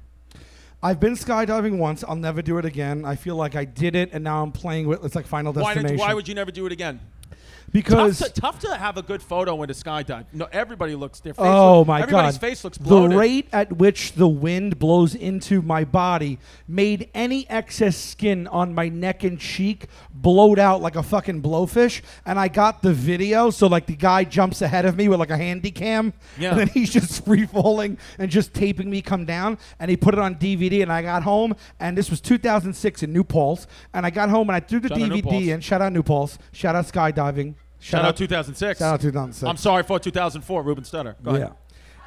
Speaker 3: I've been skydiving once. I'll never do it again. I feel like I did it, and now I'm playing with. It's like Final
Speaker 2: Why,
Speaker 3: Destination.
Speaker 2: did, why would you never do it again? Tough
Speaker 3: Because
Speaker 2: to, tough to have a good photo in a skydive. No, everybody looks their face.
Speaker 3: oh
Speaker 2: look-
Speaker 3: my
Speaker 2: everybody's
Speaker 3: god,
Speaker 2: face looks bloated.
Speaker 3: the rate at which the wind blows into my body made any excess skin on my neck and cheek blowed out like a fucking blowfish. And I got the video, so like the guy jumps ahead of me with like a handy cam,
Speaker 2: Yeah.
Speaker 3: and then he's just *laughs* free falling and just taping me come down. And he put it on DVD, and I got home, and this was 2006 in New Paltz, and I got home and I threw the
Speaker 2: Shout out New
Speaker 3: DVD
Speaker 2: Paltz.
Speaker 3: in. Shout out New Paltz. Shout out skydiving.
Speaker 2: Shout out 2006.
Speaker 3: Shout out 2006.
Speaker 2: I'm sorry for 2004, Ruben Stutter. Go
Speaker 3: Yeah. *laughs*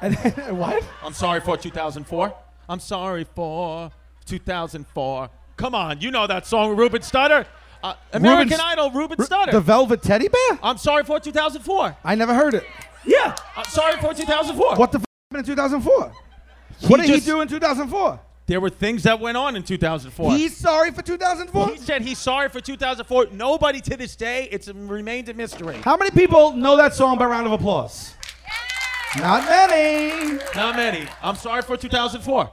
Speaker 2: ahead.
Speaker 3: And then, what?
Speaker 2: I'm sorry for 2004. I'm sorry for 2004. Come on, you know that song, Ruben Stutter. Uh, American
Speaker 3: Ruben-
Speaker 2: Idol, Ruben Stutter.
Speaker 3: The Velvet Teddy Bear?
Speaker 2: I'm sorry for 2004.
Speaker 3: I never heard it. Yeah.
Speaker 2: I'm Uh, sorry for 2004.
Speaker 3: What the f- happened in 2004? What did
Speaker 2: just-
Speaker 3: he do in 2004?
Speaker 2: There were things that went on in 2004.
Speaker 3: He's sorry for 2004?
Speaker 2: he said he's sorry for 2004. Nobody to this day. It's remained a mystery.
Speaker 3: How many people know that song by round of applause? Not many.
Speaker 2: How many? I'm sorry for 2004.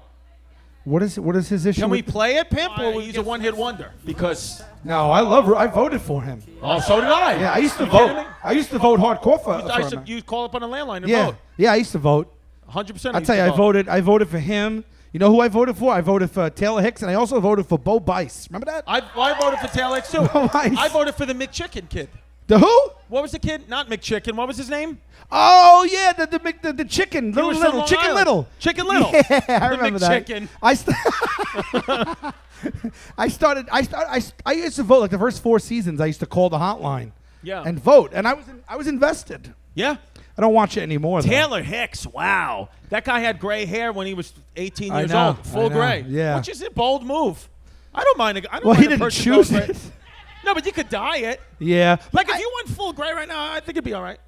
Speaker 3: What is what is his issue?
Speaker 2: Can we
Speaker 3: with-
Speaker 2: play it, Pimp, or he's a one-hit wonder? Because
Speaker 3: no, I love. Ru- I voted for him.
Speaker 2: oh, so did I.
Speaker 3: Yeah, I used to
Speaker 2: You kidding
Speaker 3: vote.
Speaker 2: me?
Speaker 3: I used to vote hardcore for,
Speaker 2: I
Speaker 3: for
Speaker 2: used to,
Speaker 3: him.
Speaker 2: you call up on a landline and
Speaker 3: Yeah,
Speaker 2: vote.
Speaker 3: yeah, I used to vote.
Speaker 2: 100. percent
Speaker 3: I tell you, I voted. I voted for him. You know who I voted for? I voted for Taylor Hicks, and I also voted for Bo Bice. Remember that?
Speaker 2: I, I voted for Tail X too.
Speaker 3: *laughs* Nice.
Speaker 2: I voted for the McChicken kid.
Speaker 3: the who?
Speaker 2: What was the kid? Not McChicken. What was his name?
Speaker 3: Oh yeah, the the Mc- the, the chicken, little
Speaker 2: was from
Speaker 3: little
Speaker 2: Long
Speaker 3: chicken
Speaker 2: Island.
Speaker 3: little
Speaker 2: Chicken Little.
Speaker 3: *laughs* Yeah, I
Speaker 2: The
Speaker 3: remember that.
Speaker 2: McChicken.
Speaker 3: I st- *laughs* I started. I started. I, st- I used to vote like the first four seasons. I used to call the hotline.
Speaker 2: Yeah.
Speaker 3: And vote, and I was in, I was invested.
Speaker 2: Yeah.
Speaker 3: I don't watch it anymore. though.
Speaker 2: Taylor Hicks, wow. That guy had gray hair when he was 18
Speaker 3: I
Speaker 2: years
Speaker 3: know,
Speaker 2: old, full
Speaker 3: I know,
Speaker 2: gray.
Speaker 3: yeah.
Speaker 2: Which is a bold move. I don't mind. A, I don't
Speaker 3: Well,
Speaker 2: mind
Speaker 3: he
Speaker 2: a
Speaker 3: didn't
Speaker 2: person going
Speaker 3: choose
Speaker 2: gray.
Speaker 3: it. *laughs*
Speaker 2: No, but you could dye it.
Speaker 3: Yeah.
Speaker 2: Like
Speaker 3: I,
Speaker 2: if you went full gray right now, I think it'd be all right.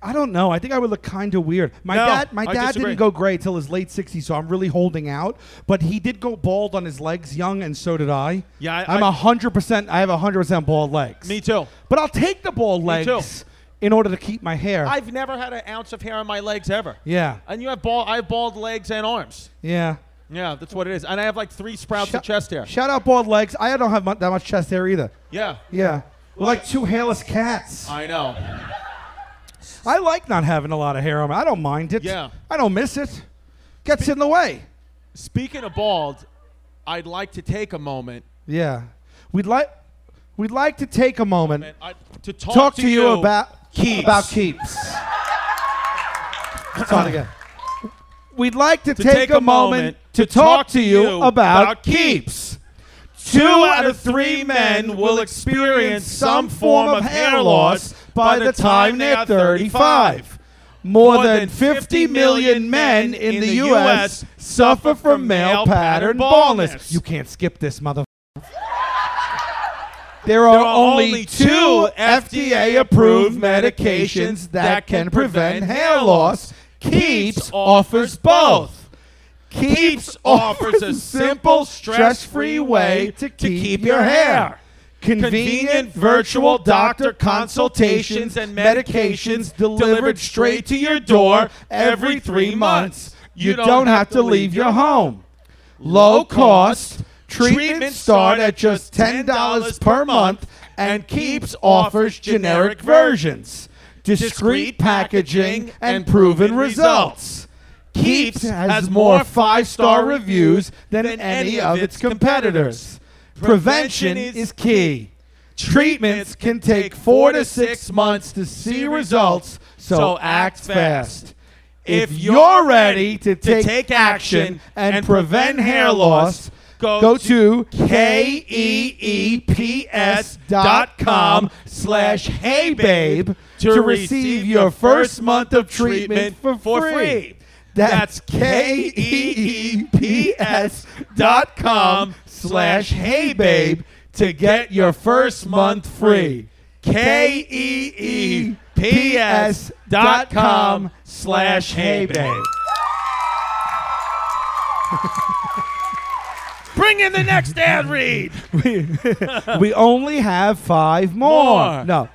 Speaker 3: I don't know. I think I would look kind of weird. My
Speaker 2: No,
Speaker 3: dad, my
Speaker 2: I
Speaker 3: dad
Speaker 2: disagree.
Speaker 3: didn't go gray till his late 60s, so I'm really holding out. But he did go bald on his legs young, and so did I.
Speaker 2: Yeah, I-
Speaker 3: I'm
Speaker 2: I-
Speaker 3: a hundred percent. I have a hundred percent bald legs.
Speaker 2: Me too.
Speaker 3: But I'll take the bald
Speaker 2: too.
Speaker 3: legs in order to keep my hair.
Speaker 2: I've never had an ounce of hair on my legs ever.
Speaker 3: yeah,
Speaker 2: And you have bald. I have bald legs and arms.
Speaker 3: yeah.
Speaker 2: Yeah, that's what it is. And I have like three sprouts of
Speaker 3: Shou-
Speaker 2: chest hair.
Speaker 3: Shout out bald legs. I don't have mu- that much chest hair either.
Speaker 2: yeah.
Speaker 3: Yeah. We're like two hairless cats.
Speaker 2: I know.
Speaker 3: I like not having a lot of hair on me. I don't mind it.
Speaker 2: Yeah.
Speaker 3: I don't miss it. Gets in the way.
Speaker 2: Speaking of bald, I'd like to take a moment
Speaker 3: Yeah. We'd like we'd like to take a moment
Speaker 2: and I, to talk,
Speaker 3: talk to you about *coughs*
Speaker 2: Keeps.
Speaker 3: about keeps. Start again. We'd like to,
Speaker 2: take a moment
Speaker 3: to talk to you about keeps.
Speaker 2: Two out of three men will experience some form of hair loss by the time they are 35.
Speaker 3: More than 50 million men in the U.S. suffer from male pattern baldness. You can't skip this, mother. There are only two FDA-approved medications that can prevent hair loss. Keeps offers both. Keeps offers a simple, stress-free way to keep your hair. Convenient virtual doctor consultations and medications delivered straight to your door every three months. You don't have to leave your home. Low cost treatments start at just $10 per month and Keeps offers generic versions, discreet packaging, and proven results. Keeps has more five star reviews than any of its competitors. Prevention is key. Treatments can take four to six months to see results, so act fast. If you're ready to take, action and prevent hair loss, go, to E K-E-E-P-S dot com slash heybabe to receive your first month of treatment for free. That's E K-E-E-P-S dot com slash heybabe to get your first month free. E K-E-E-P-S dot com slash heybabe.
Speaker 2: Bring in the next ad read.
Speaker 3: we only have five more.
Speaker 2: More.
Speaker 3: No.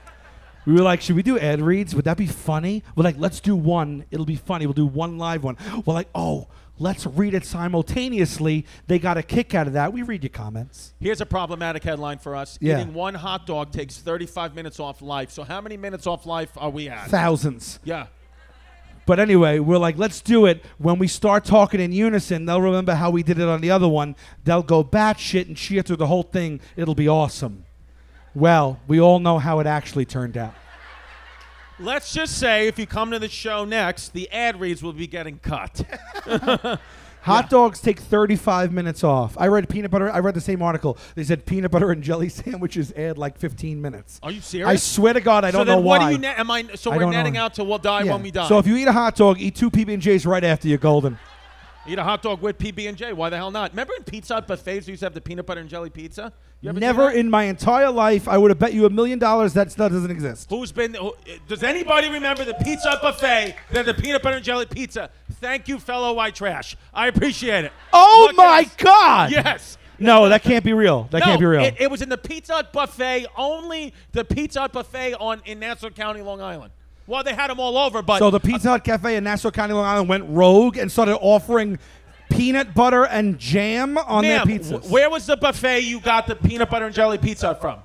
Speaker 3: We were like, should we do ad reads? Would that be funny? We're like, let's do one. It'll be funny. We'll do one live one. We're like, oh, let's read it simultaneously. They got a kick out of that. We read your comments.
Speaker 2: Here's a problematic headline for us.
Speaker 3: Yeah.
Speaker 2: Eating one hot dog takes 35 minutes off life. So how many minutes off life are we at?
Speaker 3: Thousands.
Speaker 2: yeah.
Speaker 3: But anyway, we're like, let's do it. When we start talking in unison, they'll remember how we did it on the other one. They'll go batshit and cheer through the whole thing. It'll be awesome. Well, we all know how it actually turned out.
Speaker 2: Let's just say if you come to the show next, the ad reads will be getting
Speaker 3: *laughs*
Speaker 2: cut.
Speaker 3: Hot dogs take 35 minutes off. I read peanut butter. I read the same article. They said peanut butter and jelly *laughs* sandwiches add like 15 minutes.
Speaker 2: Are you
Speaker 3: I
Speaker 2: serious?
Speaker 3: swear to God, I
Speaker 2: so
Speaker 3: don't
Speaker 2: then
Speaker 3: know
Speaker 2: what
Speaker 3: why.
Speaker 2: do you net? Am I, so
Speaker 3: I
Speaker 2: we're
Speaker 3: don't
Speaker 2: netting
Speaker 3: know.
Speaker 2: out to we'll die
Speaker 3: Yeah.
Speaker 2: when we die.
Speaker 3: So if you eat a hot dog, eat two PB and J's right after you're golden.
Speaker 2: Eat a hot dog with PB and J. Why the hell not? Remember in Pizza Hut buffets we used to have the peanut butter and jelly pizza. You ever seen
Speaker 3: Never
Speaker 2: that?
Speaker 3: in my entire life I would have bet you a million dollars that stuff doesn't exist.
Speaker 2: Who's been? Who, does anybody remember the Pizza Hut buffet? Then the peanut butter and jelly pizza. Thank you, fellow white trash. I appreciate it.
Speaker 3: Oh
Speaker 2: Look
Speaker 3: my
Speaker 2: at us.
Speaker 3: God!
Speaker 2: Yes.
Speaker 3: No, that can't be real. That
Speaker 2: no,
Speaker 3: can't be real.
Speaker 2: It, it was in the Pizza Hut buffet. Only the Pizza Hut buffet on in Nassau County, Long Island. Well, they had them all over, but
Speaker 3: so the Pizza Hut Cafe in Nassau County, Long Island went rogue and started offering peanut butter and jam on their
Speaker 2: Ma'am,
Speaker 3: pizzas.
Speaker 2: wh- where was the buffet you got the peanut butter and jelly pizza from?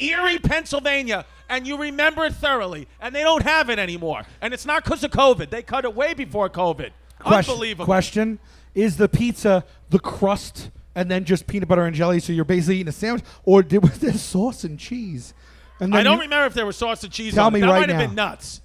Speaker 2: Erie, Pennsylvania. And you remember it thoroughly. And they don't have it anymore. And it's not because of COVID. They cut it way before COVID.
Speaker 3: Question,
Speaker 2: Unbelievable.
Speaker 3: Question: Is the pizza the crust and then just peanut butter and jelly? So you're basically eating a sandwich, or did, *laughs* was there sauce and cheese? And then
Speaker 2: I don't
Speaker 3: you-
Speaker 2: remember if there was sauce and cheese
Speaker 3: Tell
Speaker 2: on it.
Speaker 3: me
Speaker 2: That
Speaker 3: right
Speaker 2: might have
Speaker 3: now.
Speaker 2: been nuts.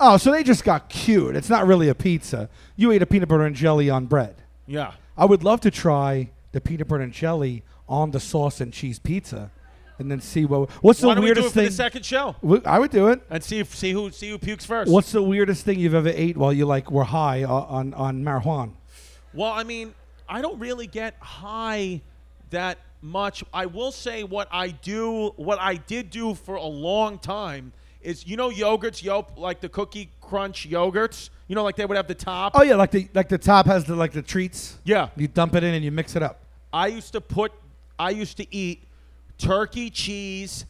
Speaker 3: Oh, so they just got cute. It's not really a pizza. You ate a peanut butter and jelly on bread.
Speaker 2: Yeah.
Speaker 3: I would love to try the peanut butter and jelly on the sauce and cheese pizza, and then see what. What's
Speaker 2: Why
Speaker 3: the
Speaker 2: don't we do it
Speaker 3: weirdest
Speaker 2: for the
Speaker 3: thing?
Speaker 2: second show?
Speaker 3: Wh- I would do it.
Speaker 2: And see if see who see who pukes first.
Speaker 3: What's the weirdest thing you've ever ate while you like were high o- on on marijuana?
Speaker 2: Well, I mean, I don't really get high that much. I will say what I do, what I did do for a long time is, you know, yogurts, yelp, like the cookie crunch yogurts. You know, like they would have the top.
Speaker 3: Oh yeah, like the like the top has the like the treats.
Speaker 2: Yeah.
Speaker 3: You dump it in and you mix it up.
Speaker 2: I used to put, I used to eat turkey, cheese,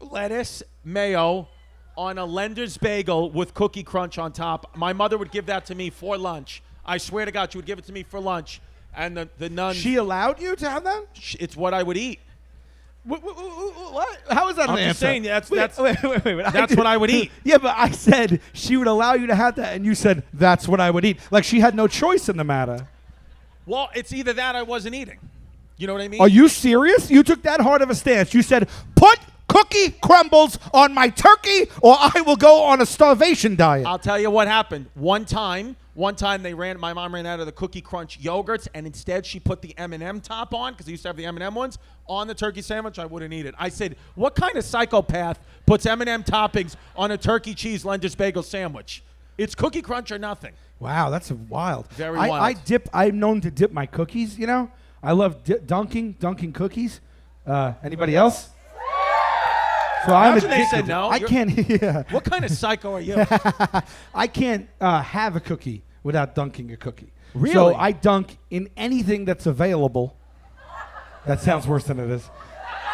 Speaker 2: lettuce, mayo on a lender's bagel with cookie crunch on top. My mother would give that to me for lunch. I swear to God, she would give it to me for lunch. And the, the nun,
Speaker 3: She allowed you to have that?
Speaker 2: it's what I would eat.
Speaker 3: What? what? How is that
Speaker 2: I'm
Speaker 3: an
Speaker 2: just
Speaker 3: answer?
Speaker 2: saying that's-
Speaker 3: Wait,
Speaker 2: that's-
Speaker 3: wait, wait, wait, wait.
Speaker 2: that's
Speaker 3: did-
Speaker 2: what
Speaker 3: *laughs*
Speaker 2: I would eat.
Speaker 3: Yeah, but I said she would allow you to have that, and you said that's what I would eat. Like she had no choice in the matter.
Speaker 2: Well, it's either that or I wasn't eating. You know what I mean?
Speaker 3: Are you serious? You took that hard of a stance. You said put cookie crumbles on my turkey, or I will go on a starvation diet.
Speaker 2: I'll tell you what happened. One time, one time they ran. My mom ran out of the Cookie Crunch yogurts, and instead she put the M&M top on because I used to have the M&M ones on the turkey sandwich. I wouldn't eat it. I said, "What kind of psychopath puts M&M toppings on a turkey cheese Lender's bagel sandwich? It's Cookie Crunch or nothing."
Speaker 3: Wow, that's wild.
Speaker 2: Very
Speaker 3: I,
Speaker 2: wild.
Speaker 3: I dip. I'm known to dip my cookies. You know, I love di- dunking, dunking cookies. Uh, anybody else? So I'm
Speaker 2: Imagine they
Speaker 3: addicted.
Speaker 2: said no.
Speaker 3: I
Speaker 2: You're-
Speaker 3: can't. *laughs* Yeah,
Speaker 2: What kind of psycho are you?
Speaker 3: I can't uh, have a cookie without dunking a cookie.
Speaker 2: Really?
Speaker 3: So I dunk in anything that's available. That sounds worse than it is.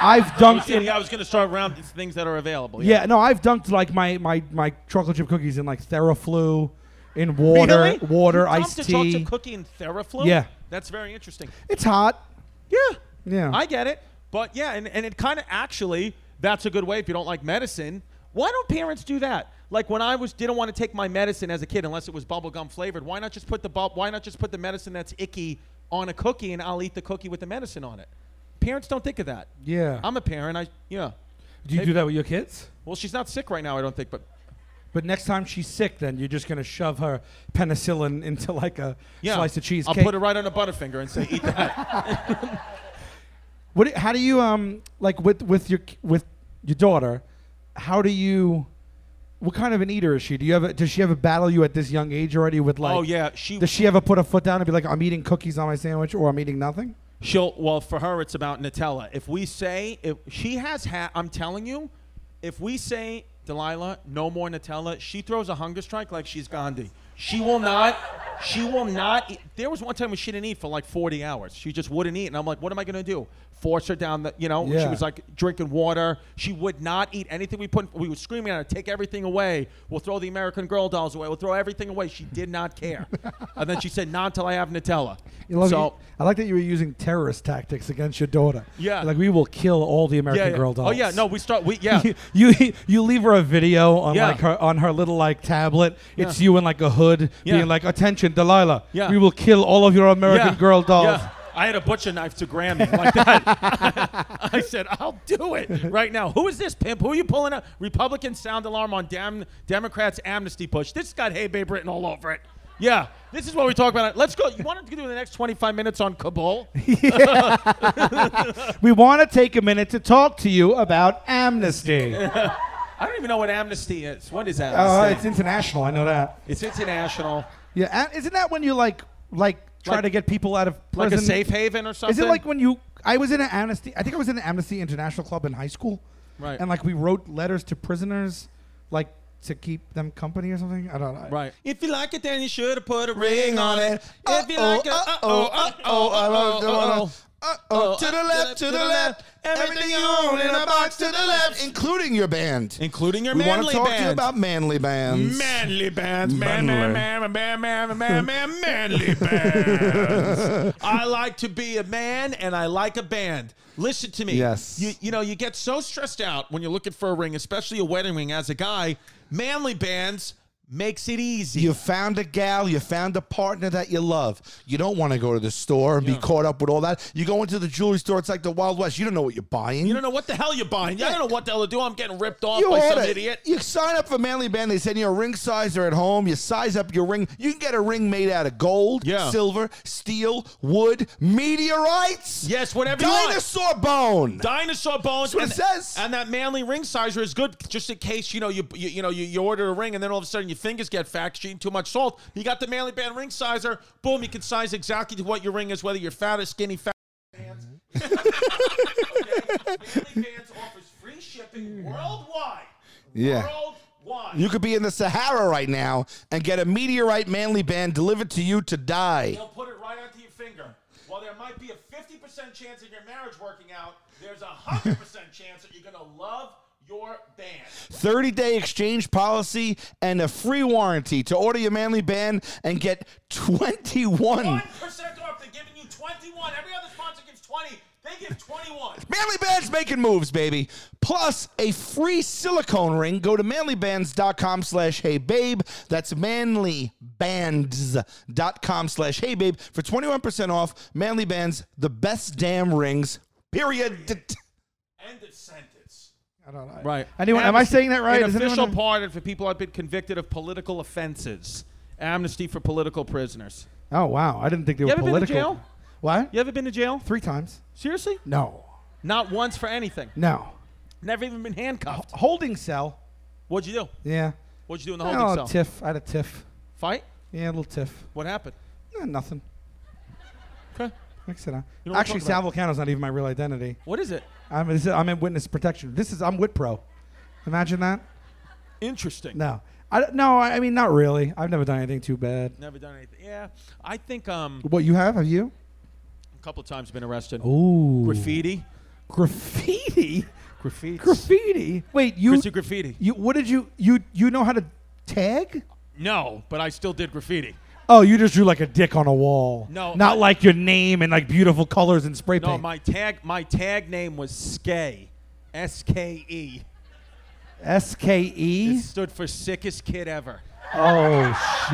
Speaker 3: I've dunked in
Speaker 2: I was going to start around these things that are available.
Speaker 3: Yeah, no, I've dunked like my my my chocolate chip cookies in like Theraflu, in water,
Speaker 2: Really?
Speaker 3: water,
Speaker 2: You dumped
Speaker 3: iced
Speaker 2: a
Speaker 3: tea.
Speaker 2: chocolate cookie in Theraflu?
Speaker 3: Yeah.
Speaker 2: That's very interesting.
Speaker 3: It's hot.
Speaker 2: Yeah.
Speaker 3: Yeah.
Speaker 2: I get it. But yeah, and, and it kind of actually, that's a good way if you don't like medicine. Why don't parents do that? Like when I was didn't want to take my medicine as a kid unless it was bubblegum flavored, why not just put the bub- why not just put the medicine that's icky on a cookie and I'll eat the cookie with the medicine on it? Parents don't think of that.
Speaker 3: Yeah.
Speaker 2: I'm a parent. I yeah.
Speaker 3: do you do that with your kids?
Speaker 2: Well, she's not sick right now, I don't think, but
Speaker 3: But next time she's sick, then you're just gonna shove her penicillin into like a
Speaker 2: yeah.
Speaker 3: slice of cheesecake.
Speaker 2: I'll put it right on a butterfinger and say eat that.
Speaker 3: What? do- How do you um like with with your with your daughter? How do you? What kind of an eater is she? Do you have? A, does she ever battle you at this young age already with *laughs* like?
Speaker 2: oh yeah, she
Speaker 3: Does she ever put her foot down and be like, "I'm eating cookies on my sandwich," or "I'm eating nothing"?
Speaker 2: She'll well for her it's about Nutella. If we say if she has had, I'm telling you, if we say Delilah, no more Nutella, she throws a hunger strike like she's Gandhi. She will not. She will not. Eat. There was one time when she didn't eat for like 40 hours. She just wouldn't eat, and I'm like, what am I gonna do? Force her down the, you know? She
Speaker 3: Yeah.
Speaker 2: was like drinking water. She would not eat anything we put. We were screaming at her, take everything away. We'll throw the American Girl dolls away. We'll throw everything away. She did not care. and then she said, not until I have Nutella.
Speaker 3: I love
Speaker 2: so.
Speaker 3: you- I like that you were using terrorist tactics against your daughter.
Speaker 2: Yeah.
Speaker 3: Like we will kill all the American
Speaker 2: yeah, yeah.
Speaker 3: Girl dolls.
Speaker 2: Oh yeah, no, we start. We
Speaker 3: *laughs*
Speaker 2: yeah,
Speaker 3: You, you you leave her a video on
Speaker 2: Yeah.
Speaker 3: like her on her little like tablet. It's
Speaker 2: Yeah.
Speaker 3: you in like a hood
Speaker 2: Yeah.
Speaker 3: being like, "Attention, Delilah!
Speaker 2: Yeah.
Speaker 3: We will kill all of your American
Speaker 2: yeah,
Speaker 3: Girl dolls."
Speaker 2: yeah. I had a butcher knife to Grammy like that. *laughs* I said, I'll do it right now. Who is this pimp? Who are you pulling out? Republican sound alarm on damn Democrats amnesty push. This has got Hey Babe written all over it. Yeah, this is what we talk about. Let's go. You want to do the next 25 minutes on Kabul?
Speaker 3: We want to take a minute to talk to you about
Speaker 2: *laughs*
Speaker 3: amnesty.
Speaker 2: I don't even know what amnesty is. What is
Speaker 3: Oh,
Speaker 2: amnesty?
Speaker 3: it's international. I know that.
Speaker 2: it's, international,
Speaker 3: Yeah, and isn't that when you like like try
Speaker 2: Like-
Speaker 3: to get people out of
Speaker 2: like
Speaker 3: prison?
Speaker 2: a safe haven or something.
Speaker 3: Is it like when you? I was in an amnesty. I think I was in an Amnesty International club in high school.
Speaker 2: Right.
Speaker 3: And like we wrote letters to prisoners, like to keep them company or something. I don't know.
Speaker 2: Right. If you like it, then you should have put a ring
Speaker 5: Ring on it.
Speaker 2: If you
Speaker 5: Uh-oh,
Speaker 2: like it,
Speaker 5: uh-oh, uh-oh, I love- don't wanna- uh-oh, to the left, to the left, everything you own in a box to the left, including your band.
Speaker 2: including your
Speaker 5: we want to
Speaker 2: manly
Speaker 5: talk to you
Speaker 2: band.
Speaker 5: about *laughs* manly bands.
Speaker 2: manly bands, man, man,
Speaker 5: Manly.
Speaker 2: man, man, man, man, man, manly
Speaker 5: *laughs*
Speaker 2: bands. I like to be a man, and I like a band. Listen to me.
Speaker 5: Yes.
Speaker 2: You, you know, you get so stressed out when you're looking for a ring, especially a wedding ring. As a guy, manly bands makes it easy.
Speaker 5: You found a gal, you found a partner that you love. You don't want to go to the store and be caught up with all that. You go into the jewelry store, it's like the Wild West. You don't know what you're buying.
Speaker 2: you don't know what the hell you're buying. I don't know what the hell to do. I'm getting ripped off
Speaker 5: You
Speaker 2: by
Speaker 5: order.
Speaker 2: some idiot.
Speaker 5: You sign up for Manly Band. They send you a ring sizer at home. You size up your ring. You can get a ring made out of gold,
Speaker 2: Yeah.
Speaker 5: silver, steel, wood, meteorites.
Speaker 2: Yes, whatever you want.
Speaker 5: Dinosaur bone.
Speaker 2: Dinosaur bones.
Speaker 5: what
Speaker 2: and,
Speaker 5: it says.
Speaker 2: and that manly ring sizer is good, just in case you know you you, you know you, you order a ring and then all of a sudden your fingers get fat 'cause you eating too much salt. You got the manly band ring sizer. Boom, you can size exactly to what your ring is, whether you're fat or skinny. Fat. Manly Bands offers free shipping worldwide.
Speaker 5: yeah.
Speaker 2: Worldwide.
Speaker 5: You could be in the Sahara right now and get a meteorite Manly Band delivered to you to die.
Speaker 2: They'll put it right onto your finger. While there might be a 50% chance of your marriage working out, there's a 100% chance that you're going to love your band.
Speaker 5: 30 day exchange policy and a free warranty to order your Manly Band and get 21.
Speaker 2: One percent off. They're giving you twenty-one. Every other sponsor gives twenty. They give twenty-one.
Speaker 5: Manly Bands making moves, baby. Plus a free silicone ring. Go to manlybands.com slash hey babe. That's manlybands.com slash hey babe for 21% off. Manly Bands, the best damn rings. Period.
Speaker 2: End of sentence.
Speaker 3: All I don't know.
Speaker 2: Right.
Speaker 3: Anyone? Am I
Speaker 2: Amnesty-
Speaker 3: saying that right?
Speaker 2: An
Speaker 3: Does anyone
Speaker 2: official
Speaker 3: know?
Speaker 2: pardon for people who have been convicted of political offenses. Amnesty for political prisoners.
Speaker 3: Oh wow! I didn't think they were
Speaker 2: ever been to
Speaker 3: political.
Speaker 2: jail?
Speaker 3: What?
Speaker 2: You ever been to jail?
Speaker 3: Three times.
Speaker 2: Seriously?
Speaker 3: No.
Speaker 2: Not once for anything.
Speaker 3: No.
Speaker 2: Never even been handcuffed.
Speaker 3: Holding cell.
Speaker 2: What'd you do?
Speaker 3: Yeah.
Speaker 2: What'd you do in the holding
Speaker 3: Oh,
Speaker 2: cell?
Speaker 3: tiff. I had a tiff.
Speaker 2: Fight?
Speaker 3: Yeah, a little tiff.
Speaker 2: What happened?
Speaker 3: Eh, nothing.
Speaker 2: Okay.
Speaker 3: Like I said, I-
Speaker 2: don't wanna
Speaker 3: actually,
Speaker 2: talk about
Speaker 3: Sal Volcano's not even my real identity.
Speaker 2: What is it?
Speaker 3: I'm, this is, I'm in witness protection. This is I'm Witpro. Imagine that.
Speaker 2: Interesting.
Speaker 3: No, I don't- no. I I mean, not really. I've never done anything too bad.
Speaker 2: Never done anything. Yeah. I think um,
Speaker 3: What you have? Have you?
Speaker 2: a couple of times been arrested.
Speaker 3: Ooh.
Speaker 2: Graffiti.
Speaker 3: Graffiti. *laughs*
Speaker 2: Graffiti.
Speaker 3: Graffiti. Wait, you.
Speaker 2: Christy graffiti.
Speaker 3: You. What did you? You. You know how to tag?
Speaker 2: No, but I still did graffiti.
Speaker 3: Oh, you just drew like a dick on a wall.
Speaker 2: No,
Speaker 3: Not
Speaker 2: I-
Speaker 3: like your name and like beautiful colors and spray
Speaker 2: No,
Speaker 3: paint.
Speaker 2: my tag my tag name was Skay. S K E.
Speaker 3: S K
Speaker 2: It
Speaker 3: E.
Speaker 2: stood for sickest kid ever.
Speaker 3: Oh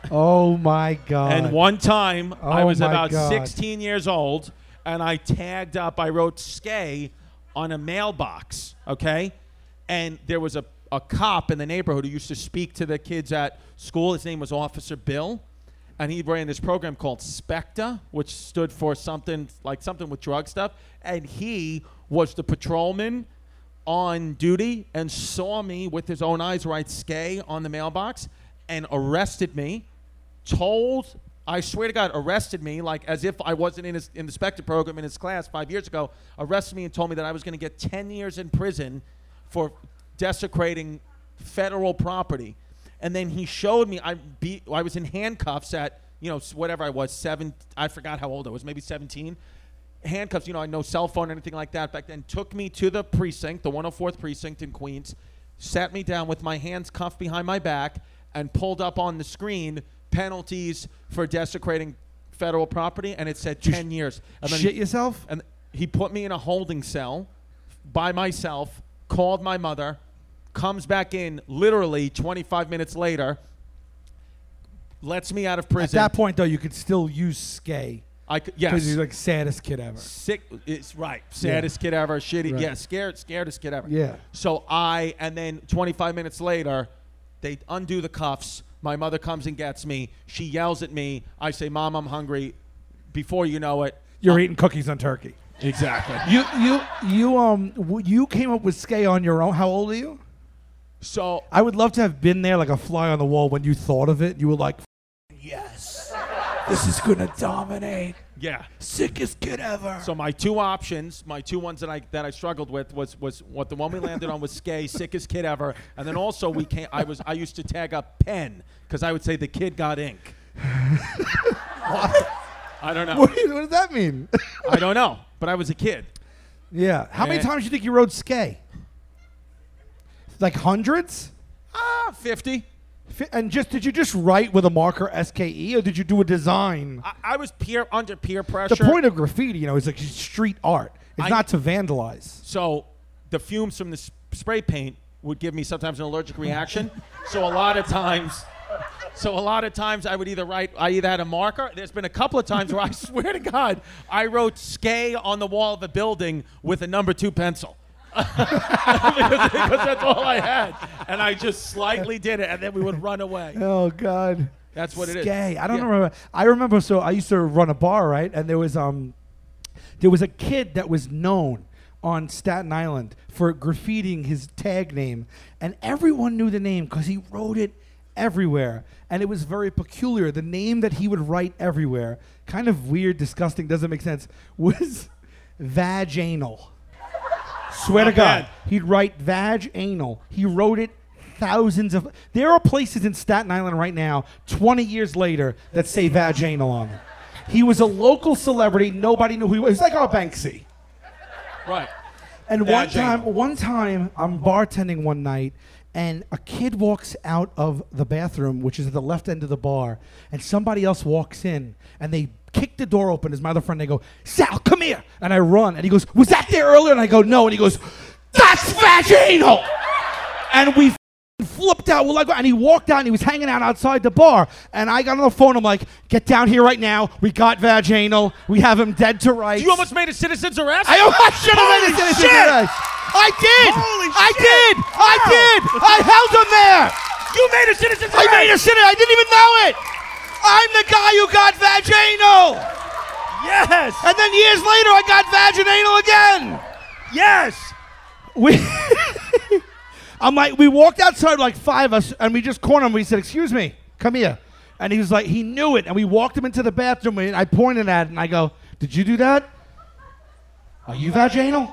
Speaker 3: shit. Oh my god.
Speaker 2: And one time I
Speaker 3: Oh
Speaker 2: was
Speaker 3: my
Speaker 2: about
Speaker 3: God.
Speaker 2: 16 years old and I tagged up, I wrote Skay on a mailbox, okay? And there was a, a cop in the neighborhood who used to speak to the kids at school. His name was Officer Bill. And he ran this program called Specta, which stood for something like something with drug stuff. And he was the patrolman on duty and saw me with his own eyes write Skay on the mailbox and arrested me told I swear to God, arrested me like as if I wasn't in his in the Spectre program in his class five years ago. Arrested me and told me that I was going to get ten years in prison for desecrating federal property. And then he showed me I be I was in handcuffs at you know s- whatever I was seven I forgot how old I was maybe seventeen handcuffs, you know, I no cell phone or anything like that back then, took me to the precinct, the 104th precinct in Queens, sat me down with my hands cuffed behind my back, and pulled up on the screen penalties for desecrating federal property, and it said 10 years. And then
Speaker 3: shit
Speaker 2: he,
Speaker 3: yourself.
Speaker 2: and he put me in a holding cell by myself, called my mother, comes back in literally 25 minutes later, lets me out of
Speaker 3: At
Speaker 2: prison.
Speaker 3: that point, though, you could still use Skay
Speaker 2: I could,
Speaker 3: because
Speaker 2: yes.
Speaker 3: he's like saddest kid ever.
Speaker 2: sick. It's right. Saddest kid ever. Shitty. Yeah. Scared. Scaredest kid ever.
Speaker 3: Yeah.
Speaker 2: So I and then 25 minutes later, they undo the cuffs. My mother comes and gets me. She yells at me. I say, "Mom, I'm hungry." Before you know it,
Speaker 3: You're eating cookies on turkey.
Speaker 2: exactly.
Speaker 3: You you you um w- you came up with Skay on your own. How old are you?
Speaker 2: So
Speaker 3: I would love to have been there like a fly on the wall when you thought of it. You were like,
Speaker 8: This is gonna dominate.
Speaker 2: yeah.
Speaker 8: Sickest kid ever.
Speaker 2: So my two options, my two ones that I that I struggled with was was what the one we landed on was
Speaker 3: *laughs*
Speaker 2: Skay, sickest kid ever, and then also we came. I was I used to tag up Pen because I would say the kid got
Speaker 3: *laughs*
Speaker 2: ink. I don't know.
Speaker 3: *laughs* what, do you- what does that mean?
Speaker 2: I don't know, but I was a kid.
Speaker 3: yeah. How many
Speaker 2: Eh.
Speaker 3: times do you think you rode Skay? Like hundreds?
Speaker 2: Ah, 50.
Speaker 3: Fi- And just did you just write with a marker S K E or did you do a design?
Speaker 2: I, I was peer under peer pressure.
Speaker 3: the point of graffiti, you know, is like street art. It's
Speaker 2: I-
Speaker 3: not to vandalize.
Speaker 2: so the fumes from the s- spray paint would give me sometimes an allergic
Speaker 3: *laughs*
Speaker 2: reaction. so a lot of times, so a lot of times I would either write, I either had a marker. There's been a couple of times where I *laughs* swear to God, I wrote "skay" on the wall of a building with a number two pencil. *laughs* because, because that's all I had, and I just slightly did it, and then we would run away.
Speaker 3: Oh God.
Speaker 2: That's what it is.
Speaker 3: Skay. I don't
Speaker 2: Yeah.
Speaker 3: remember. I remember. So I used to run a bar, right? And there was um, there was a kid that was known on Staten Island for graffitiing his tag name, and everyone knew the name because he wrote it everywhere, and it was very peculiar. The name that he would write everywhere, kind of weird, disgusting, doesn't make sense, *laughs* was vaginal. Swear to
Speaker 2: Not
Speaker 3: God,
Speaker 2: bad.
Speaker 3: he'd write vag anal. He wrote it thousands of. There are places in Staten Island right now, 20 years later, that say vag anal on them. He was a local celebrity. Nobody knew who he was. He's like our Banksy.
Speaker 2: Right.
Speaker 3: And one
Speaker 2: Vag
Speaker 3: time,
Speaker 2: anal.
Speaker 3: one time, I'm bartending one night, and a kid walks out of the bathroom, which is at the left end of the bar, and somebody else walks in, and they kick the door open. His my other friend, they go, "Sal, come here!" And I run, and he goes, "Was that there earlier?" And I go, "No," and he goes, "That's vaginal!" And we flipped out. We're like, and he walked out and he was hanging out outside the bar. And I got on the phone. I'm like, get down here right now. We got vaginal. We have him dead to rights.
Speaker 2: You almost made a citizen's arrest.
Speaker 3: I almost should have made a citizen's arrest. I did.
Speaker 2: Holy
Speaker 3: I
Speaker 2: shit.
Speaker 3: did. I
Speaker 2: Wow.
Speaker 3: did. I held him there.
Speaker 2: You made a citizen's
Speaker 3: I made a
Speaker 2: arrest.
Speaker 3: sinner. I didn't even know it. I'm the guy who got vaginal.
Speaker 2: Yes.
Speaker 3: And then years later, I got vaginal again.
Speaker 2: Yes.
Speaker 3: we *laughs* I'm like, we walked outside like five of us and we just cornered him. We said, excuse me, come here. And he was like, he knew it. And we walked him into the bathroom and I pointed at it and I go, Did you do that? Are you vaginal?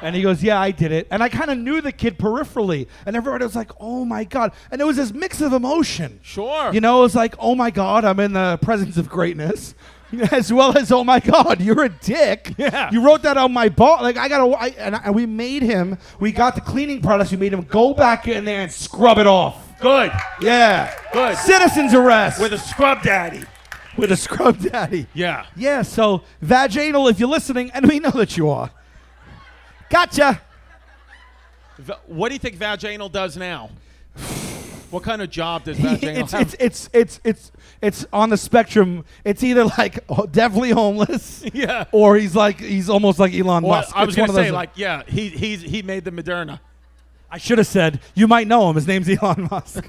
Speaker 3: And he goes, Yeah, I did it. And I kind of knew the kid peripherally. And everybody was like, Oh my God. And it was this mix of emotion.
Speaker 2: Sure.
Speaker 3: You know, it was like, Oh my God, I'm in the presence of greatness. *laughs* As well as, oh my God, you're a dick.
Speaker 2: Yeah.
Speaker 3: You wrote that on my ball. Like I gotta, I, and, I, and we made him. We got the cleaning products. We made him go back in there and scrub it off.
Speaker 2: Good.
Speaker 3: Yeah.
Speaker 2: Good.
Speaker 3: Citizens arrest
Speaker 2: With a scrub daddy.
Speaker 3: *laughs* with a scrub daddy.
Speaker 2: Yeah.
Speaker 3: Yeah. So vaginal, if you're listening, and we know that you are. Gotcha.
Speaker 2: V- What do you think vaginal does now? What kind of job does vaginal
Speaker 3: it's, it's
Speaker 2: have?
Speaker 3: it's it's it's it's on the spectrum. It's either like oh, definitely
Speaker 2: *laughs*
Speaker 3: homeless,
Speaker 2: Yeah.
Speaker 3: or he's like he's almost like Elon
Speaker 2: Well,
Speaker 3: Musk.
Speaker 2: I was
Speaker 3: It's one
Speaker 2: gonna
Speaker 3: of those-
Speaker 2: say like yeah, he he's he made the Moderna.
Speaker 3: I should have said you might know him. His name's Elon *laughs*
Speaker 2: *laughs*
Speaker 3: Musk.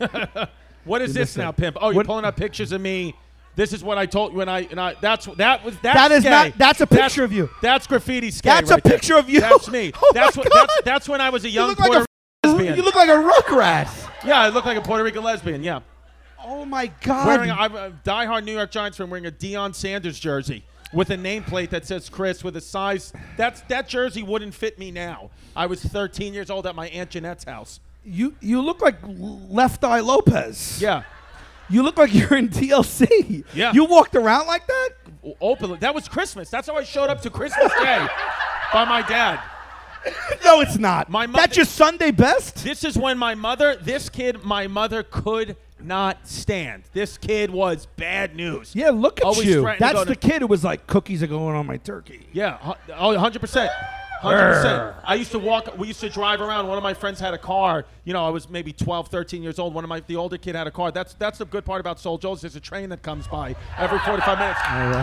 Speaker 2: What is this
Speaker 3: listen.
Speaker 2: now, pimp? Oh, you're
Speaker 3: What-
Speaker 2: pulling up pictures of me. This is what I told you, and I and I. That's that was that's
Speaker 3: That is
Speaker 2: gay.
Speaker 3: not- that's a picture of you.
Speaker 2: That's graffiti skate.
Speaker 3: That's a
Speaker 2: right there.
Speaker 3: picture of you.
Speaker 2: That's me.
Speaker 3: *laughs* Oh my
Speaker 2: that's what.
Speaker 3: God.
Speaker 2: That's, that's when I was a young
Speaker 3: look like
Speaker 2: Puerto
Speaker 3: a
Speaker 2: Rican lesbian.
Speaker 3: you look like a ruckrat.
Speaker 2: yeah, I look like a Puerto Rican lesbian. Yeah,
Speaker 3: Oh my God!
Speaker 2: wearing I'm a diehard New York Giants fan, wearing a Deion Sanders jersey with a nameplate that says Chris with a size. That's that jersey wouldn't fit me now. I was 13 years old at my aunt Jeanette's house.
Speaker 3: you you look like Left Eye Lopez.
Speaker 2: Yeah,
Speaker 3: You look like you're in TLC.
Speaker 2: Yeah.
Speaker 3: You walked around like that?
Speaker 2: O- openly. That was Christmas. That's how I showed up to Christmas Day by my dad.
Speaker 3: No, it's not.
Speaker 2: My mo-
Speaker 3: That's your Sunday best?
Speaker 2: This is when my mother, this kid, my mother could not stand. This kid was bad news.
Speaker 3: Yeah, look at
Speaker 2: Always
Speaker 3: you.
Speaker 2: threatened to
Speaker 3: That's
Speaker 2: go to-
Speaker 3: the kid who was like, cookies are going on my turkey. *laughs*
Speaker 2: Yeah, hu- oh, 100%. 100%. I used to walk, we used to drive around. One of my friends had a car. You know, I was maybe 12, 13 years old. One of my, the older kid had a car. That's that's the good part about Soul Joe's. There's a train that comes by every 45 minutes.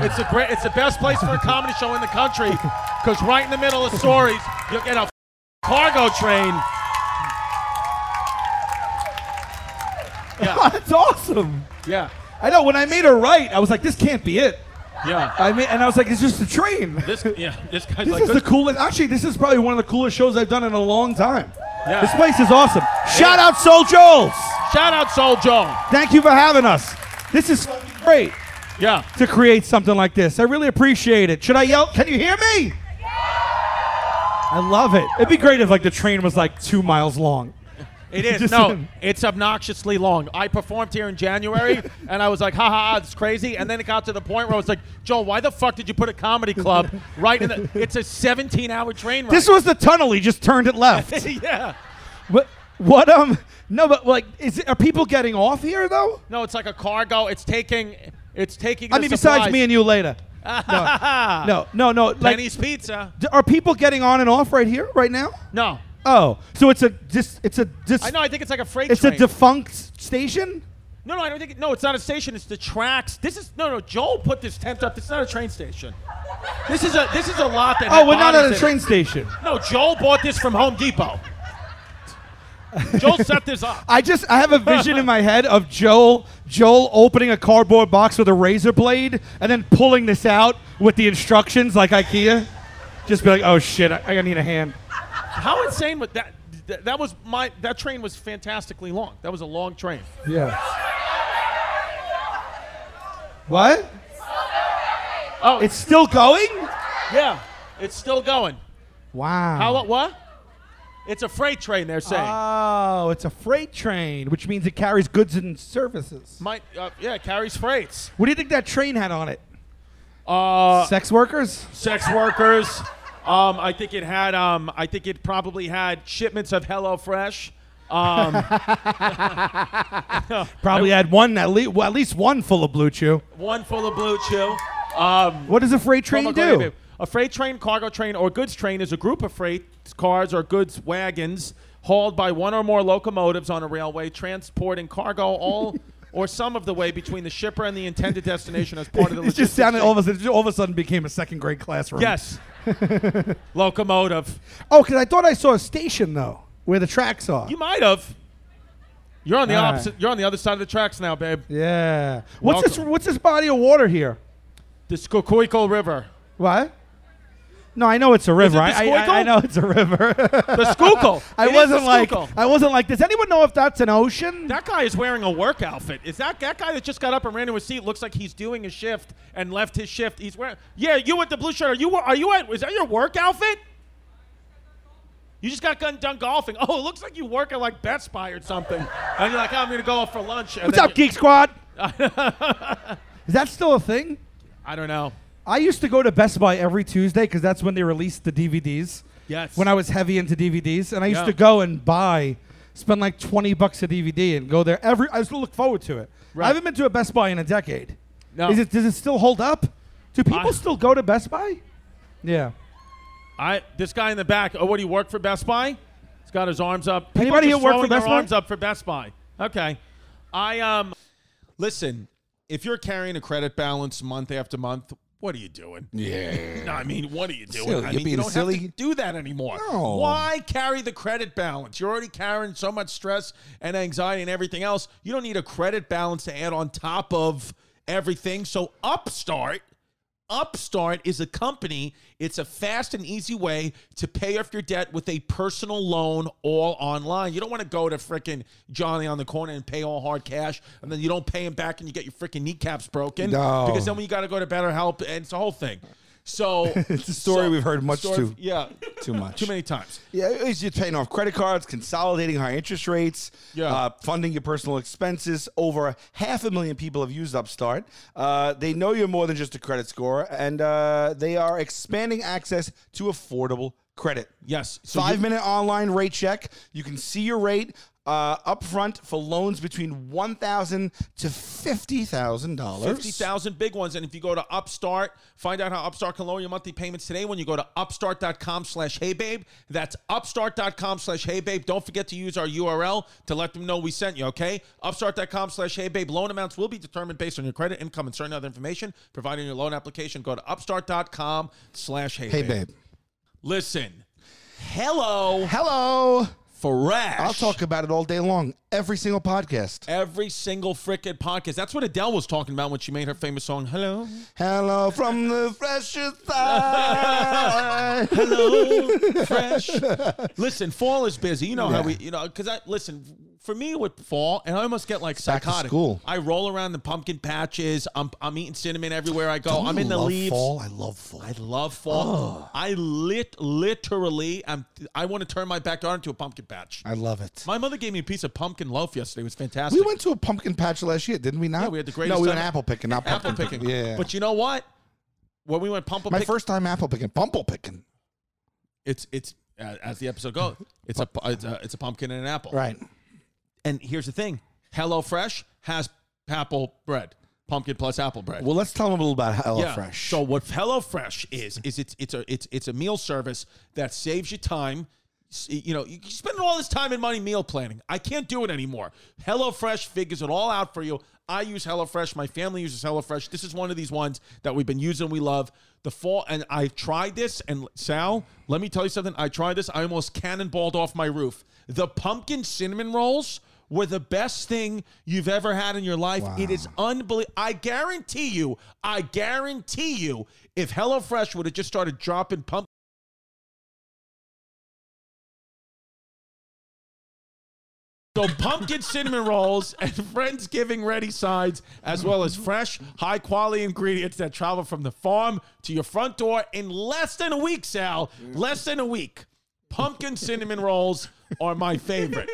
Speaker 2: It's a great, it's the best place for a comedy show in the country because right in the middle of stories, you'll get a cargo train. Yeah,
Speaker 3: That's awesome.
Speaker 2: yeah,
Speaker 3: I know. When I made her right, I was like, this can't be it.
Speaker 2: yeah.
Speaker 3: I mean, and I was like, it's just a train. This,
Speaker 2: This yeah, this guy's like
Speaker 3: is the
Speaker 2: good-
Speaker 3: coolest. Actually, this is probably one of the coolest shows I've done in a long time.
Speaker 2: Yeah.
Speaker 3: This place is awesome. Shout out Soul Joel's.
Speaker 2: shout out Soul Joe.
Speaker 3: Thank you for having us. This is fucking great.
Speaker 2: Yeah.
Speaker 3: to create something like this. I really appreciate it. Should I yell? Can you hear me? I love it. It'd be great if like the train was like two miles long.
Speaker 2: It is.
Speaker 3: *laughs* Just-
Speaker 2: No, it's obnoxiously long. I performed here in
Speaker 3: *laughs*
Speaker 2: January, and I was like, ha ha, ha, it's crazy. And then it got to the point where I was like, Joel, why the fuck did you put a comedy club right in
Speaker 3: *laughs*
Speaker 2: the. It's a 17 hour train ride.
Speaker 3: This was the tunnel. He just turned it left.
Speaker 2: *laughs* yeah.
Speaker 3: *laughs* what? What? Um. No, but like, is it, are people getting off here though?
Speaker 2: No, it's like a cargo. It's taking. It's taking.
Speaker 3: I mean, besides me and you *laughs* later. No, no, no, no. Like,
Speaker 2: Lenny's Pizza.
Speaker 3: d- are people getting on and off right here, right now?
Speaker 2: No.
Speaker 3: Oh, so it's a dis, it's a dis,
Speaker 2: I know. I think it's like a freight
Speaker 3: it's a
Speaker 2: train.
Speaker 3: defunct station.
Speaker 2: no, no, I don't think. It, no, it's not a station. It's the tracks. This is no, no. Joel put this tent up. It's not a train station. This is a. This is a lot that.
Speaker 3: Oh,
Speaker 2: had
Speaker 3: we're not
Speaker 2: bodies
Speaker 3: at
Speaker 2: in
Speaker 3: a
Speaker 2: it. *laughs*
Speaker 3: train station.
Speaker 2: No, Joel bought this from Home Depot. Joel set this up.
Speaker 3: I just I have a vision in my head of Joel Joel opening a cardboard box with a razor blade and then pulling this out with the instructions like IKEA. Just be like, oh shit, I, I need a hand.
Speaker 2: How insane was that? th- That was my. That train was fantastically long. That was a long train.
Speaker 3: Yeah. What?
Speaker 2: Oh,
Speaker 3: It's still going?
Speaker 2: yeah. It's still going.
Speaker 3: Wow.
Speaker 2: How? lo- What? It's a freight train. They're saying.
Speaker 3: Oh, it's a freight train, which means it carries goods and services.
Speaker 2: Might. Uh, yeah, it carries freights.
Speaker 3: What do you think that train had on it?
Speaker 2: Uh,
Speaker 3: Sex workers?
Speaker 2: sex workers. Um, I think it had. Um, I think it probably had shipments of HelloFresh. Um,
Speaker 3: Probably had one at least well, at least one full of blue chew.
Speaker 2: one full of blue chew. Um,
Speaker 3: What does a freight train
Speaker 2: Cargo
Speaker 3: do?
Speaker 2: carrier. A freight train, cargo train, or goods train is a group of freight cars or goods
Speaker 3: *laughs*
Speaker 2: wagons hauled by one or more locomotives on a railway transporting cargo all or some of the way between the shipper and the intended destination as part of the
Speaker 3: *laughs* It just
Speaker 2: logistics
Speaker 3: sounded
Speaker 2: chain.
Speaker 3: all of a sudden, it all of a sudden became a second grade classroom.
Speaker 2: Yes. Locomotive.
Speaker 3: Oh, because I thought I saw a station though, where the tracks are.
Speaker 2: You might have. You're on the
Speaker 3: All right.
Speaker 2: opposite. You're on the other side of the tracks now, babe.
Speaker 3: yeah. What's this?
Speaker 2: Welcome.
Speaker 3: What's this body of water here?
Speaker 2: The Skokoiko River.
Speaker 3: What? No, I know it's a river.
Speaker 2: it
Speaker 3: I,
Speaker 2: the
Speaker 3: I- I- I
Speaker 2: Schuylkill?
Speaker 3: know it's a river. *laughs*
Speaker 2: The Schuylkill.
Speaker 3: I
Speaker 2: It is
Speaker 3: wasn't
Speaker 2: the
Speaker 3: like
Speaker 2: Schuylkill.
Speaker 3: I wasn't like. Does anyone know if that's an ocean?
Speaker 2: That guy is wearing a work outfit. Is that that guy that just got up and ran to his seat? Looks like he's doing a shift and left his shift. He's wearing. Yeah, you with the blue shirt. Are you? Are you at? Is that your work outfit? You just got done, done golfing. *laughs* Oh, it looks like you work at like Best Buy or something. and you're like, oh, I'm gonna go out for lunch. and
Speaker 3: What's
Speaker 2: then
Speaker 3: up,
Speaker 2: you-
Speaker 3: Geek Squad? *laughs* Is that still a thing?
Speaker 2: I don't know.
Speaker 3: I used to go to Best Buy every Tuesday because that's when they released the DVDs.
Speaker 2: Yes.
Speaker 3: When I was heavy into DVDs, and I used
Speaker 2: Yeah.
Speaker 3: to go and buy, spend like twenty bucks a DVD and go there every. I used to look forward to it.
Speaker 2: Right.
Speaker 3: I haven't been to a Best Buy in a decade.
Speaker 2: No.
Speaker 3: Is it? Does it still hold up? Do people
Speaker 2: I-
Speaker 3: still go to Best Buy? Yeah.
Speaker 2: I this guy in the back. Oh, what do you work for Best Buy? He's got his arms up. People
Speaker 3: Anybody
Speaker 2: are just
Speaker 3: here work for
Speaker 2: throwing
Speaker 3: Best
Speaker 2: their
Speaker 3: Buy?
Speaker 2: Arms up for Best Buy. Okay. I um, listen. If you're carrying a credit balance month after month, what are you doing?
Speaker 5: Yeah.
Speaker 2: I mean, what are you doing?
Speaker 5: Silly.
Speaker 2: I
Speaker 5: You're
Speaker 2: mean, you
Speaker 5: being
Speaker 2: don't have
Speaker 5: silly.
Speaker 2: to do that anymore.
Speaker 5: No.
Speaker 2: Why carry the credit balance? You're already carrying so much stress and anxiety and everything else. You don't need a credit balance to add on top of everything. So Upstart, Upstart is a company. It's a fast and easy way to pay off your debt with a personal loan all online. You don't want to go to frickin' Johnny on the corner and pay all hard cash, and then you don't pay him back and you get your frickin' kneecaps broken.
Speaker 5: No.
Speaker 2: Because then when you got to go to BetterHelp, and it's a whole thing. So
Speaker 5: *laughs* It's a story we've heard much too-
Speaker 2: Yeah,
Speaker 5: *laughs* Too much.
Speaker 2: too many times.
Speaker 5: Yeah, it's just paying off credit cards, consolidating high interest rates,
Speaker 2: Yeah.
Speaker 5: uh, funding your personal expenses. Over half a million people have used Upstart. Uh, they know you're more than just a credit score, and uh, they are expanding access to affordable credit.
Speaker 2: Yes. So
Speaker 5: Five
Speaker 2: you-
Speaker 5: minute online rate check. You can see your rate uh, upfront for loans between one thousand to fifty thousand dollars.
Speaker 2: Fifty thousand big ones, and if you go to Upstart, find out how Upstart can lower your monthly payments today. When you go to upstart.com/slash hey babe, that's upstart.com/slash hey babe. Don't forget to use our URL to let them know we sent you. Okay, upstart.com/slash hey babe. Loan amounts will be determined based on your credit, income, and certain other information provided in your loan application. Go to upstart.com/slash
Speaker 5: Hey, babe.
Speaker 2: Listen, hello,
Speaker 5: Hello.
Speaker 2: Fresh.
Speaker 5: I'll talk about it all day long, every single podcast.
Speaker 2: every single frickin' podcast. That's what Adele was talking about when she made her famous song, Hello.
Speaker 5: Hello from the freshest side.
Speaker 2: Hello,
Speaker 5: *laughs*
Speaker 2: fresh. Listen, fall is busy. You know how we, you know, because I listen for me with fall, and I almost get like
Speaker 5: back to
Speaker 2: psychotic.
Speaker 5: school.
Speaker 2: I roll around the pumpkin patches. I'm I'm eating cinnamon everywhere I go. I'm in the
Speaker 5: love
Speaker 2: leaves.
Speaker 5: Fall. I love fall.
Speaker 2: I love fall. I lit literally. I'm. I want to turn my backyard into a pumpkin patch.
Speaker 5: I love it.
Speaker 2: My mother gave me a piece of pumpkin loaf yesterday. It was fantastic.
Speaker 5: we went to a pumpkin patch last year, didn't we? Not.
Speaker 2: Yeah, we had the greatest
Speaker 5: No, we
Speaker 2: time-
Speaker 5: went apple picking,
Speaker 2: *laughs*
Speaker 5: not *laughs*
Speaker 2: apple
Speaker 5: pumpkin
Speaker 2: picking.
Speaker 5: Yeah.
Speaker 2: But you know what? When we went pumpkin
Speaker 5: my
Speaker 2: pick-
Speaker 5: first time apple picking, bumble picking.
Speaker 2: it's it's uh, as the episode goes, it's a pu- it's a, it's a pumpkin and an apple.
Speaker 5: Right.
Speaker 2: And here's the thing: HelloFresh has apple bread, pumpkin plus apple bread.
Speaker 5: Well, let's tell them a little about
Speaker 2: Yeah.
Speaker 5: HelloFresh.
Speaker 2: So what HelloFresh is is it's it's a it's it's a meal service that saves you time. S- You know, you you spend all this time and money meal planning. I can't do it anymore. HelloFresh figures it all out for you. I use HelloFresh. My family uses HelloFresh. This is one of these ones that we've been using. We love the fall, and I tried this. And Sal, let me tell you something. I tried this. I almost cannonballed off my roof. The pumpkin cinnamon rolls were the best thing you've ever had in your life. It is unbelievable. I guarantee you, I guarantee you, if HelloFresh would have just started dropping pumpkin. So pumpkin cinnamon rolls and *laughs* Friendsgiving ready sides, as well as fresh, high quality ingredients that travel from the farm to your front door in less than a week, Sal. Less than a week. Pumpkin cinnamon rolls are my favorite.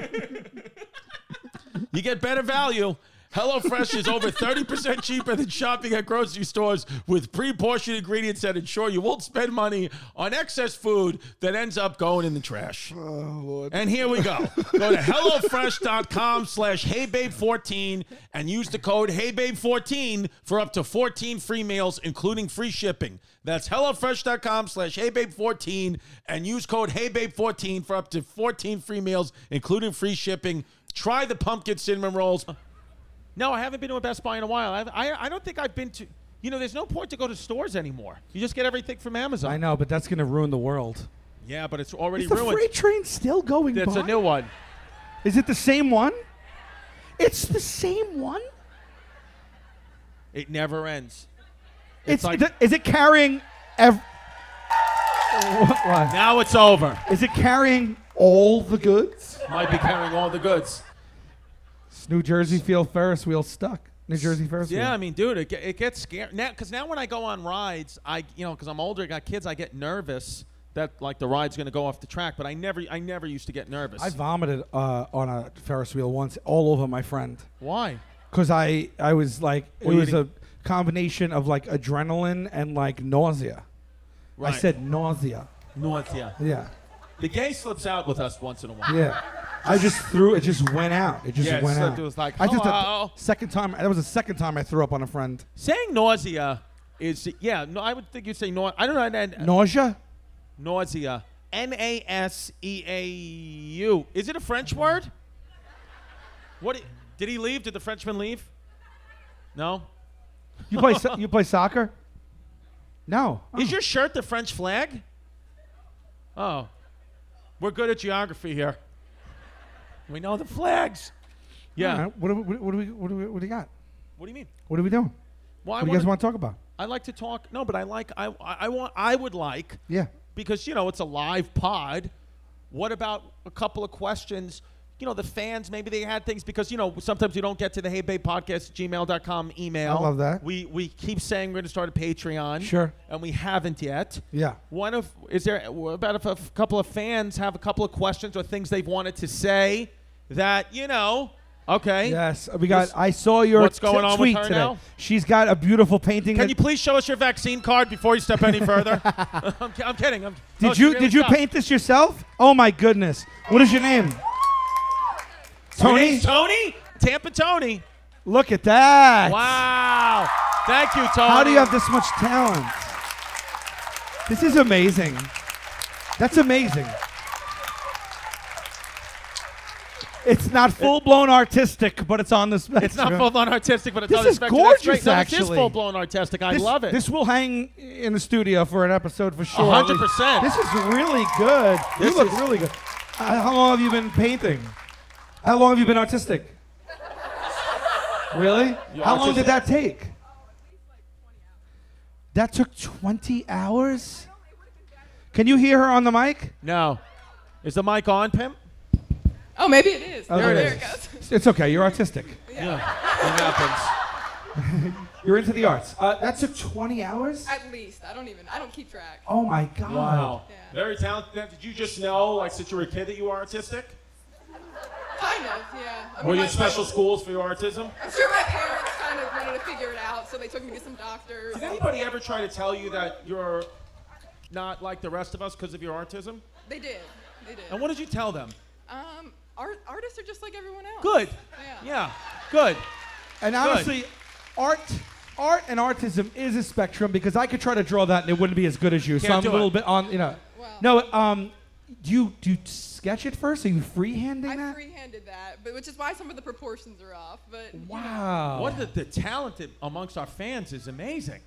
Speaker 2: You get better value. HelloFresh is over 30% cheaper than shopping at grocery stores with pre portioned ingredients that ensure you won't spend money on excess food that ends up going in the trash. And here we go. Go to HelloFresh.com slash HeyBabe14 and use the code HeyBabe14 for up to 14 free meals, including free shipping. That's HelloFresh.com slash HeyBabe14 and use code HeyBabe14 for up to 14 free meals, including free shipping. Try the pumpkin cinnamon rolls. No, I haven't been to a Best Buy in a while. I've, I I don't think I've been to. You know, there's no point to go to stores anymore. You just get everything from Amazon.
Speaker 3: I know, but that's going to ruin the world.
Speaker 2: Yeah, but it's already
Speaker 3: Is the
Speaker 2: ruined.
Speaker 3: freight train still going
Speaker 2: That's
Speaker 3: by?
Speaker 2: a new one.
Speaker 3: Is it the same one? It's the same one?
Speaker 2: It never ends.
Speaker 3: It's,
Speaker 2: like-
Speaker 3: th- is it carrying ev- What- what?
Speaker 2: Now it's over.
Speaker 3: Is it carrying all the goods?
Speaker 2: Might be carrying all the goods.
Speaker 3: It's New Jersey field Ferris wheel stuck. New Jersey Ferris wheel.
Speaker 2: Yeah, I mean, dude, it, ge- it gets scary now because now when I go on rides, I you know because I'm older, I got kids, I get nervous that like the ride's gonna go off the track. But I never, I never used to get nervous.
Speaker 3: I vomited uh, on a Ferris wheel once, all over my friend,
Speaker 2: Why?
Speaker 3: because I I was like it
Speaker 2: Were you
Speaker 3: was a
Speaker 2: eating-
Speaker 3: combination of like adrenaline and like nausea.
Speaker 2: Right.
Speaker 3: I said nausea.
Speaker 2: nausea.
Speaker 3: Yeah,
Speaker 2: The gay slips out with us once in a while.
Speaker 3: yeah. I just threw it. Just went out. It just
Speaker 2: Yeah, it
Speaker 3: went
Speaker 2: slipped.
Speaker 3: out.
Speaker 2: It was like,
Speaker 3: I just
Speaker 2: "Hello."
Speaker 3: second time. That was the second time I threw up on a friend.
Speaker 2: Saying nausea is yeah. No, I would think you'd say no. I don't know. and- and-
Speaker 3: Nausea.
Speaker 2: Nausea. N A S E A U. Is it a French word? What i- did he leave? Did the Frenchman leave? No.
Speaker 3: You play so- you play soccer? No.
Speaker 2: Is your shirt the French flag? Oh. We're good at geography here. We know the flags. Yeah.
Speaker 3: All right, What, do we, what, do we, what, do we, what do you got?
Speaker 2: What do you mean?
Speaker 3: What are we doing?
Speaker 2: Well, I,
Speaker 3: What do you
Speaker 2: wanna-
Speaker 3: guys want to talk about?
Speaker 2: I like to talk. No, but I like I I I want I would like
Speaker 3: Yeah.
Speaker 2: because you know it's a live pod. What about a couple of questions? You know, the fans maybe they had things because you know sometimes you don't get to the Hey Babe podcast gmail.com email.
Speaker 3: I love that.
Speaker 2: We we keep saying we're going to start a Patreon.
Speaker 3: Sure.
Speaker 2: And we haven't yet.
Speaker 3: Yeah.
Speaker 2: One of is there what about if a f- couple of fans have a couple of questions or things they've wanted to say that you know? Okay.
Speaker 3: Yes, we got. I saw your
Speaker 2: What's going on
Speaker 3: t-
Speaker 2: with
Speaker 3: tweet
Speaker 2: her
Speaker 3: today.
Speaker 2: now?
Speaker 3: She's got a beautiful painting.
Speaker 2: Can
Speaker 3: that-
Speaker 2: you please show us your vaccine card before you step any further? *laughs* I'm, ki- I'm kidding. I'm,
Speaker 3: did
Speaker 2: no, Oh, she
Speaker 3: you
Speaker 2: really
Speaker 3: did you
Speaker 2: stopped.
Speaker 3: paint this yourself? Oh my goodness! What is your name?
Speaker 2: Her
Speaker 3: Tony.
Speaker 2: name's Tony? Tampa Tony.
Speaker 3: Look at that!
Speaker 2: Wow. Thank you, Tony.
Speaker 3: How do you have this much talent? This is amazing. That's amazing. It's not full blown artistic, but it's on the spectrum.
Speaker 2: It's not full blown artistic, but it's
Speaker 3: This
Speaker 2: on
Speaker 3: is
Speaker 2: the spectrum. That's
Speaker 3: gorgeous,
Speaker 2: great. No, This
Speaker 3: actually.
Speaker 2: is full blown artistic. I
Speaker 3: This-
Speaker 2: love it.
Speaker 3: This will hang in the studio for an episode for sure.
Speaker 2: 100%.
Speaker 3: This is really good.
Speaker 2: This
Speaker 3: you look
Speaker 2: is-
Speaker 3: really good. Uh, how long have you been painting? How long have you been artistic? really? how long did that take? That took 20 hours? Can you hear her on the mic?
Speaker 2: no. Is the mic on, Pimp?
Speaker 9: Oh, maybe it is.
Speaker 3: Oh,
Speaker 9: there,
Speaker 3: there
Speaker 9: there
Speaker 3: it
Speaker 9: it goes. *laughs*
Speaker 3: It's okay. You're artistic.
Speaker 2: Yeah. It happens.
Speaker 3: You're into the arts. Uh, that took 20 hours?
Speaker 9: At least I don't even. I don't keep track.
Speaker 3: Oh my God.
Speaker 2: Very talented. Now, Did you just know, like, since you were a kid, that you were artistic?
Speaker 9: Kind of, yeah. I mean,
Speaker 2: Were you
Speaker 9: my-
Speaker 2: in special schools for your autism?
Speaker 9: I'm sure my parents kind of wanted to figure it out, so they took me to some doctors.
Speaker 2: Did anybody ever try to tell you that you're not like the rest of us because of your autism?
Speaker 9: They did. They did.
Speaker 2: And what did you tell them?
Speaker 9: Um, art, artists are just like everyone else.
Speaker 2: Good.
Speaker 9: Yeah.
Speaker 2: Yeah. Good.
Speaker 3: And honestly, art, art and artism is a spectrum because I could try to draw that and it wouldn't be as good as you. so
Speaker 2: Can't
Speaker 3: I'm a
Speaker 2: do
Speaker 3: little
Speaker 2: it.
Speaker 3: bit on, you know.
Speaker 9: Well-
Speaker 3: no, um, do you do you sketch it first? Are you freehanding
Speaker 9: I
Speaker 3: that?
Speaker 9: free-handed that, but which is why some of the proportions are off. But you know,
Speaker 3: wow.
Speaker 2: What the, the talented amongst our fans is amazing.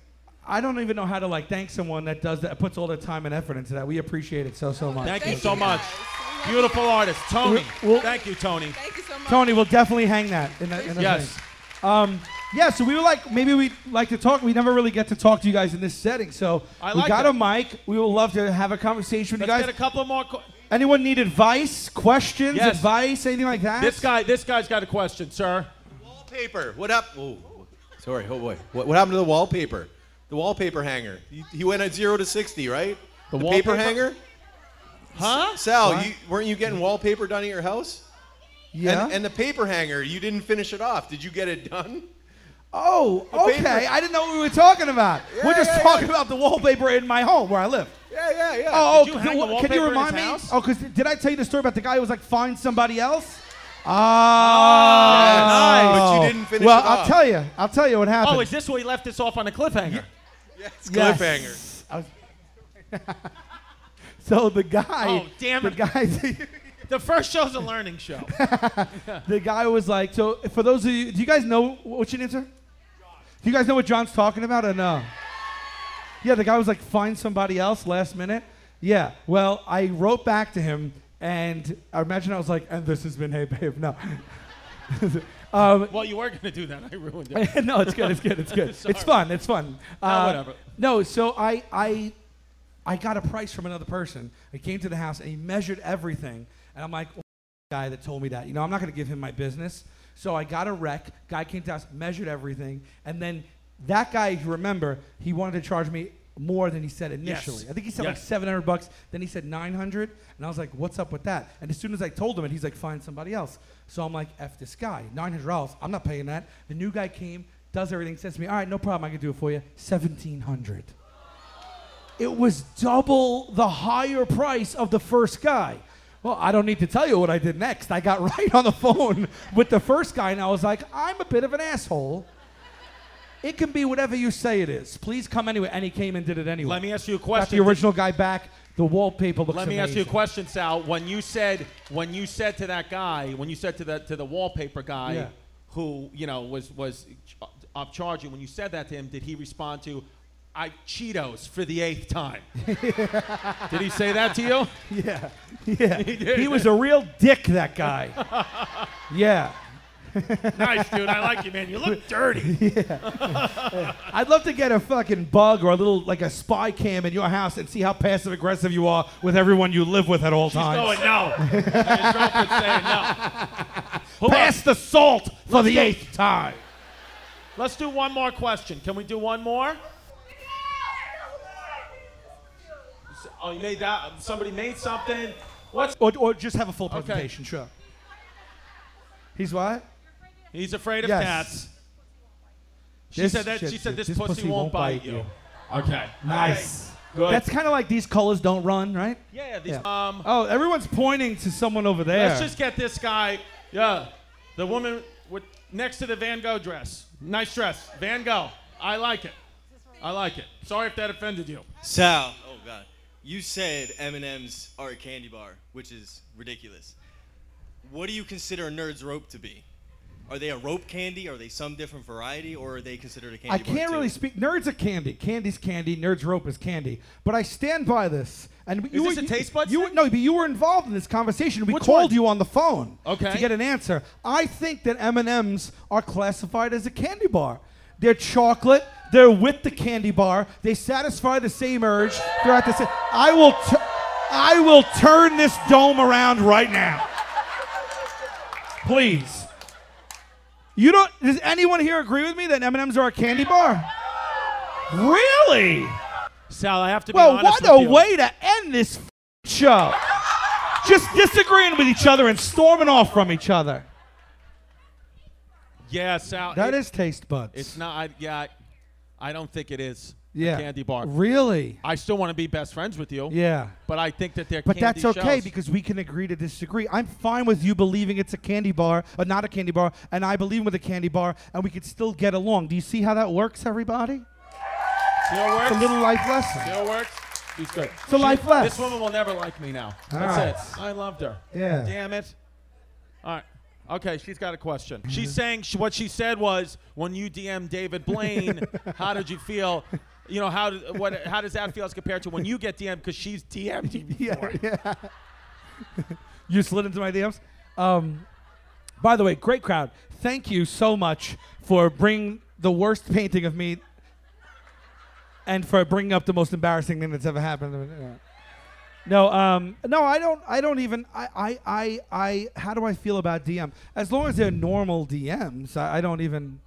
Speaker 3: I don't even know how to like thank someone that does that, puts all their time and effort into that. We appreciate it so so much.
Speaker 2: Thank you
Speaker 9: Oh, thank
Speaker 2: so
Speaker 9: you
Speaker 2: much.
Speaker 9: guys. We love you
Speaker 2: Beautiful
Speaker 9: guys.
Speaker 2: artist, Tony.
Speaker 3: We'll- we'll-
Speaker 2: Thank you, Tony.
Speaker 9: Thank you so much.
Speaker 3: Tony, we'll definitely hang that in the, in the
Speaker 2: Yes.
Speaker 3: thing. Um, yeah, so we were like, maybe we like to talk. We never really get to talk to you guys in this setting, so
Speaker 2: I
Speaker 3: we
Speaker 2: like
Speaker 3: got
Speaker 2: it.
Speaker 3: a mic. We would love to have a conversation with
Speaker 2: Let's
Speaker 3: you guys.
Speaker 2: get a couple more. que-
Speaker 3: Anyone need advice, questions,
Speaker 2: Yes.
Speaker 3: advice, anything like that?
Speaker 2: this guy, this guy's got a question, sir.
Speaker 10: Wallpaper. What up? Oh, sorry. Oh boy. What, what happened to the wallpaper? The wallpaper hanger. He, he went at zero to sixty, right? The,
Speaker 2: wallpaper-
Speaker 10: paper hanger.
Speaker 2: Huh?
Speaker 10: Sal, you, weren't you getting wallpaper done at your house?
Speaker 3: yeah.
Speaker 10: And, and the paper hanger, you didn't finish it off. Did you get
Speaker 3: *laughs*
Speaker 10: it done?
Speaker 3: oh, okay.
Speaker 10: paper-
Speaker 3: I didn't know what we were talking about. we're just
Speaker 10: yeah,
Speaker 3: talking about the wallpaper in my home where I live.
Speaker 10: Yeah, yeah, yeah.
Speaker 3: Oh,
Speaker 2: you
Speaker 3: oh,
Speaker 2: hang
Speaker 3: can,
Speaker 2: the
Speaker 3: can
Speaker 2: wallpaper
Speaker 3: you
Speaker 2: in
Speaker 3: remind
Speaker 2: his
Speaker 3: me?
Speaker 2: house?
Speaker 3: Oh, because did I tell you the story about the guy who was like, find somebody
Speaker 10: *laughs*
Speaker 3: else?
Speaker 10: Yeah,
Speaker 3: Ah,
Speaker 10: nice. But you didn't finish
Speaker 3: Well,
Speaker 10: it
Speaker 3: I'll
Speaker 10: off.
Speaker 3: tell you. I'll tell you what happened.
Speaker 2: Oh, is this where he left this off on a cliffhanger?
Speaker 10: Yes,
Speaker 3: Yes.
Speaker 10: cliffhanger.
Speaker 3: I was- *laughs* so the guy.
Speaker 2: Oh, damn
Speaker 3: the
Speaker 2: it.
Speaker 3: guy. *laughs*
Speaker 2: The first show's a learning show.
Speaker 3: The guy was like, so for those of you, do you guys know what's your name, sir? Do you guys know what John's talking about or no? Yeah, the guy was like, find somebody else last minute. Yeah, well, I wrote back to him and I imagine I was like, and this has been Hey Babe. No. *laughs* Um,
Speaker 2: well, you were gonna do that. I ruined
Speaker 3: *laughs*
Speaker 2: it.
Speaker 3: no, it's good, it's good, it's good.
Speaker 2: *laughs* Sorry.
Speaker 3: it's fun, it's fun. Uh,
Speaker 2: whatever.
Speaker 3: No, so I, I, I got a price from another person. I came to the house and he measured everything. And I'm like, well, guy that told me that. You know, I'm not going to give him my business. So I got a rec. Guy came to the house, measured everything. And then that guy, if you remember, he wanted to charge me more than he said initially. I think he said like
Speaker 2: Yes.
Speaker 3: 700 bucks. Then he said 900. And I was like, what's up with that? And as soon as I told him it, he's like, find somebody else. So I'm like, F this guy. $900. I'm not paying that. The new guy came, does everything, says to me, all right, no problem. I can do it for you. 1700 it was double the higher price of the first guy. Well, I don't need to tell you what I did next. I got *laughs* right on the phone with the first guy and I was like, I'm a bit of an asshole. It can be whatever you say it is. Please come anyway. And he came and did it anyway.
Speaker 2: Let me ask you a
Speaker 3: Got
Speaker 2: question.
Speaker 3: the original guy back. The wallpaper looks
Speaker 2: Let me ask you a
Speaker 3: amazing.
Speaker 2: question, Sal. When you said when you said to that guy, when you said to the to the wallpaper guy,
Speaker 3: Yeah.
Speaker 2: who you know was was ch- upcharging, when you said that to him, did he respond to, "I Cheetos for the eighth
Speaker 3: *laughs*
Speaker 2: time"? did he say that to you?
Speaker 3: Yeah. he was a real dick,
Speaker 2: *laughs*
Speaker 3: that guy. yeah.
Speaker 2: nice, dude. I like you, man. You look dirty.
Speaker 3: *laughs* I'd love to get a fucking bug or a little, like a spy cam in your house and see how passive aggressive you are with everyone you live with at all times.
Speaker 2: Going no. His girlfriend's saying no. Hold on.
Speaker 3: Pass the salt for the eighth time.
Speaker 2: Let's do one more question. Can we do one more? Oh, you made that. Somebody made something. What's
Speaker 3: Or, or just have a full presentation, sure. He's what?
Speaker 2: He's afraid of
Speaker 3: Yes.
Speaker 2: cats. She
Speaker 3: This
Speaker 2: said that. She
Speaker 3: shit,
Speaker 2: said
Speaker 3: dude,
Speaker 2: this, pussy, won't, bite you. Okay.
Speaker 3: Nice.
Speaker 2: Good.
Speaker 3: That's kind of like these colors don't run, right?
Speaker 2: yeah. These,
Speaker 3: yeah.
Speaker 2: Um.
Speaker 3: Oh, everyone's pointing to someone over there.
Speaker 2: Let's just get this guy. Yeah. The woman with next to the Van Gogh dress. Nice dress. Van Gogh. I like it. I like it. Sorry if that offended you.
Speaker 11: Sal, oh god, you said M&M's are a candy bar, which is ridiculous. What do you consider a nerd's rope to be? Are they a rope candy? Are they some different variety, or are they considered a candy
Speaker 3: I
Speaker 11: bar?
Speaker 3: can't
Speaker 11: too?
Speaker 3: really speak. Nerds are candy. Candy's candy. Nerds rope is candy. But I stand by this. And you
Speaker 2: this
Speaker 3: were,
Speaker 2: a taste buds
Speaker 3: You, you
Speaker 2: thing?
Speaker 3: no, but you were involved in this conversation. We
Speaker 2: Which
Speaker 3: called
Speaker 2: one?
Speaker 3: you on the phone
Speaker 2: Okay.
Speaker 3: to get an answer. I think that M and M's are classified as a candy bar. They're chocolate. They're with the candy bar. They satisfy the same urge. They're at the same. I will. T- I will turn this dome around right now. Please. You don't. Does anyone here agree with me that M and M's are a candy bar? Really?
Speaker 2: Sal, I have to be
Speaker 3: Well,
Speaker 2: honest
Speaker 3: what
Speaker 2: with
Speaker 3: a
Speaker 2: you.
Speaker 3: way to end this f- show. Just disagreeing with each other and storming off from each other.
Speaker 2: Yeah, Sal.
Speaker 3: That
Speaker 2: it-
Speaker 3: is taste buds.
Speaker 2: It's not. I, yeah. I- I don't think it is. a
Speaker 3: yeah.
Speaker 2: candy bar.
Speaker 3: Really?
Speaker 2: I still want to be best friends with you.
Speaker 3: Yeah.
Speaker 2: But I think that they're.
Speaker 3: But
Speaker 2: candy
Speaker 3: that's okay
Speaker 2: shells.
Speaker 3: because we can agree to disagree. I'm fine with you believing it's a candy bar, or not a candy bar, and I believe with a candy bar, and we can still get along. Do you see how that works, everybody?
Speaker 2: Still works.
Speaker 3: It's a little life lesson.
Speaker 2: Still works. She's good.
Speaker 3: It's a life
Speaker 2: This
Speaker 3: lesson.
Speaker 2: woman will never like me now.
Speaker 3: right.
Speaker 2: That's it. I loved her.
Speaker 3: Yeah.
Speaker 2: Damn it. All right. Okay, she's got a question.
Speaker 3: Mm-hmm.
Speaker 2: She's saying sh what she said was when you DM David
Speaker 3: *laughs*
Speaker 2: Blaine, how did you feel? You know how did, what how does that feel as compared to when you get DM because she's DM'd
Speaker 3: *laughs*
Speaker 2: *laughs* you before?
Speaker 3: You slid into my DMs. Um, by the way, great crowd. Thank you so much for bringing the worst painting of me and for bringing up the most embarrassing thing that's ever happened. to me. Yeah. No, um, no, I don't. I don't even. I, I, I, I. How do I feel about DM? As long as they're normal DMs, I, I don't even.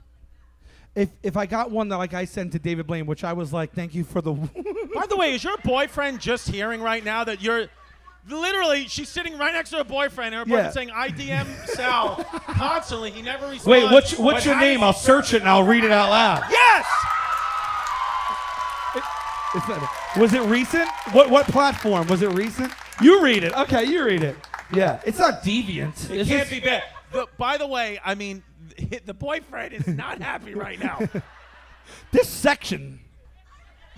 Speaker 3: If if I got one that like I sent to David Blaine, which I was like, thank you for the.
Speaker 2: By the way, is your boyfriend just hearing right now that you're literally she's sitting right next to her boyfriend and her boyfriend's saying I DM Sal constantly. He never responds. But I-
Speaker 3: search it and I'll read it out loud.
Speaker 2: Yes.
Speaker 3: It's not- was it recent? What what platform? Was it recent? You read it. Okay, you read it. Yeah, it's not deviant.
Speaker 2: It can't be bad. The, by the way, I mean, th- the boyfriend is not happy right
Speaker 3: *laughs*
Speaker 2: now.
Speaker 3: This section.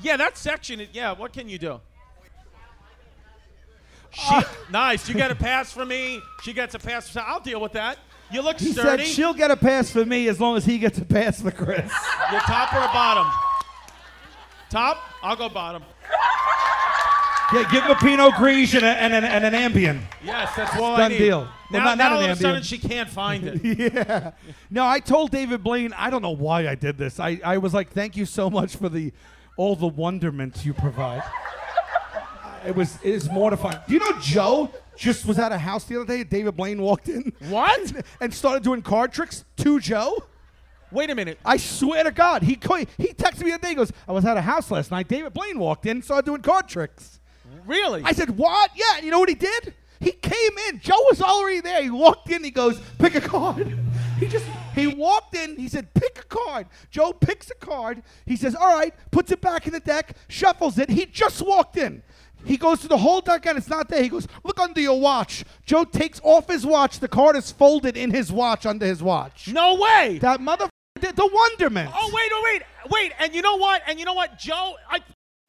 Speaker 2: yeah, that section. Is, yeah, what can you do?
Speaker 3: Uh,
Speaker 2: She, nice. You got a pass for me. She gets a pass. For, I'll deal with that. You look
Speaker 3: He
Speaker 2: sturdy.
Speaker 3: said she'll get a pass for me as long as he gets a pass for Chris.
Speaker 2: You're top or a bottom? Top? I'll go bottom.
Speaker 3: yeah, give him a Pinot Grigio and, a, and, an, and an Ambien.
Speaker 2: Yes, that's all I
Speaker 3: Done
Speaker 2: need.
Speaker 3: deal.
Speaker 2: Now,
Speaker 3: Well, not-
Speaker 2: now
Speaker 3: not an
Speaker 2: all of a sudden
Speaker 3: Ambien.
Speaker 2: she can't find it.
Speaker 3: *laughs* yeah. No, I told David Blaine, I don't know why I did this. I, I was like, thank you so much for the all the wonderment you provide. *laughs* it was it is mortifying. Do you know Joe just was at a house the other day? David Blaine walked in.
Speaker 2: What?
Speaker 3: And started doing card tricks to Joe.
Speaker 2: Wait a minute.
Speaker 3: I swear to God, he co- he texted me the other day. He goes, I was at a house last night. David Blaine walked in, started doing card tricks.
Speaker 2: Really?
Speaker 3: I said, What? Yeah. And you know what he did? He came in. Joe was already there. He walked in. He goes, Pick a card. *laughs* He just, he walked in. He said, Pick a card. Joe picks a card. He says, All right, puts it back in the deck, shuffles it. He just walked in. He goes to the whole deck and it's not there. He goes, Look under your watch. Joe takes off his watch. The card is folded in his watch, under his watch.
Speaker 2: no way.
Speaker 3: That motherfucker did the wonderment.
Speaker 2: Oh wait, oh wait, wait! And you know what? And you know what, Joe? I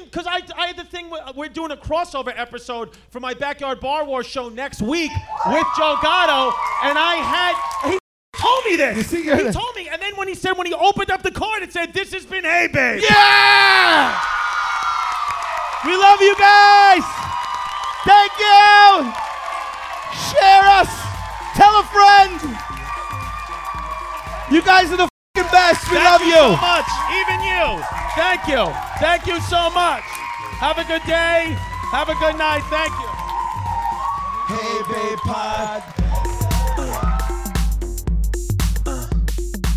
Speaker 2: because I, I had the thing. With, we're doing a crossover episode for my backyard bar war show next week with Joe Gatto, and I had he told me this.
Speaker 3: see,
Speaker 2: he
Speaker 3: you're the-
Speaker 2: told me, and then when he said when he opened up the card, it said, "This has been Hey Babe."
Speaker 3: Yeah! We love you guys! Thank you! Share us! Tell a friend! You guys are the fing best! We
Speaker 2: Thank
Speaker 3: love
Speaker 2: you
Speaker 3: you!
Speaker 2: so much, even you. Thank you, thank you so much. Have a good day. Have a good night. Thank you.
Speaker 12: Hey, babe, pod.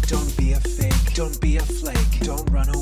Speaker 1: Don't be a fake, don't be a flake, don't run away.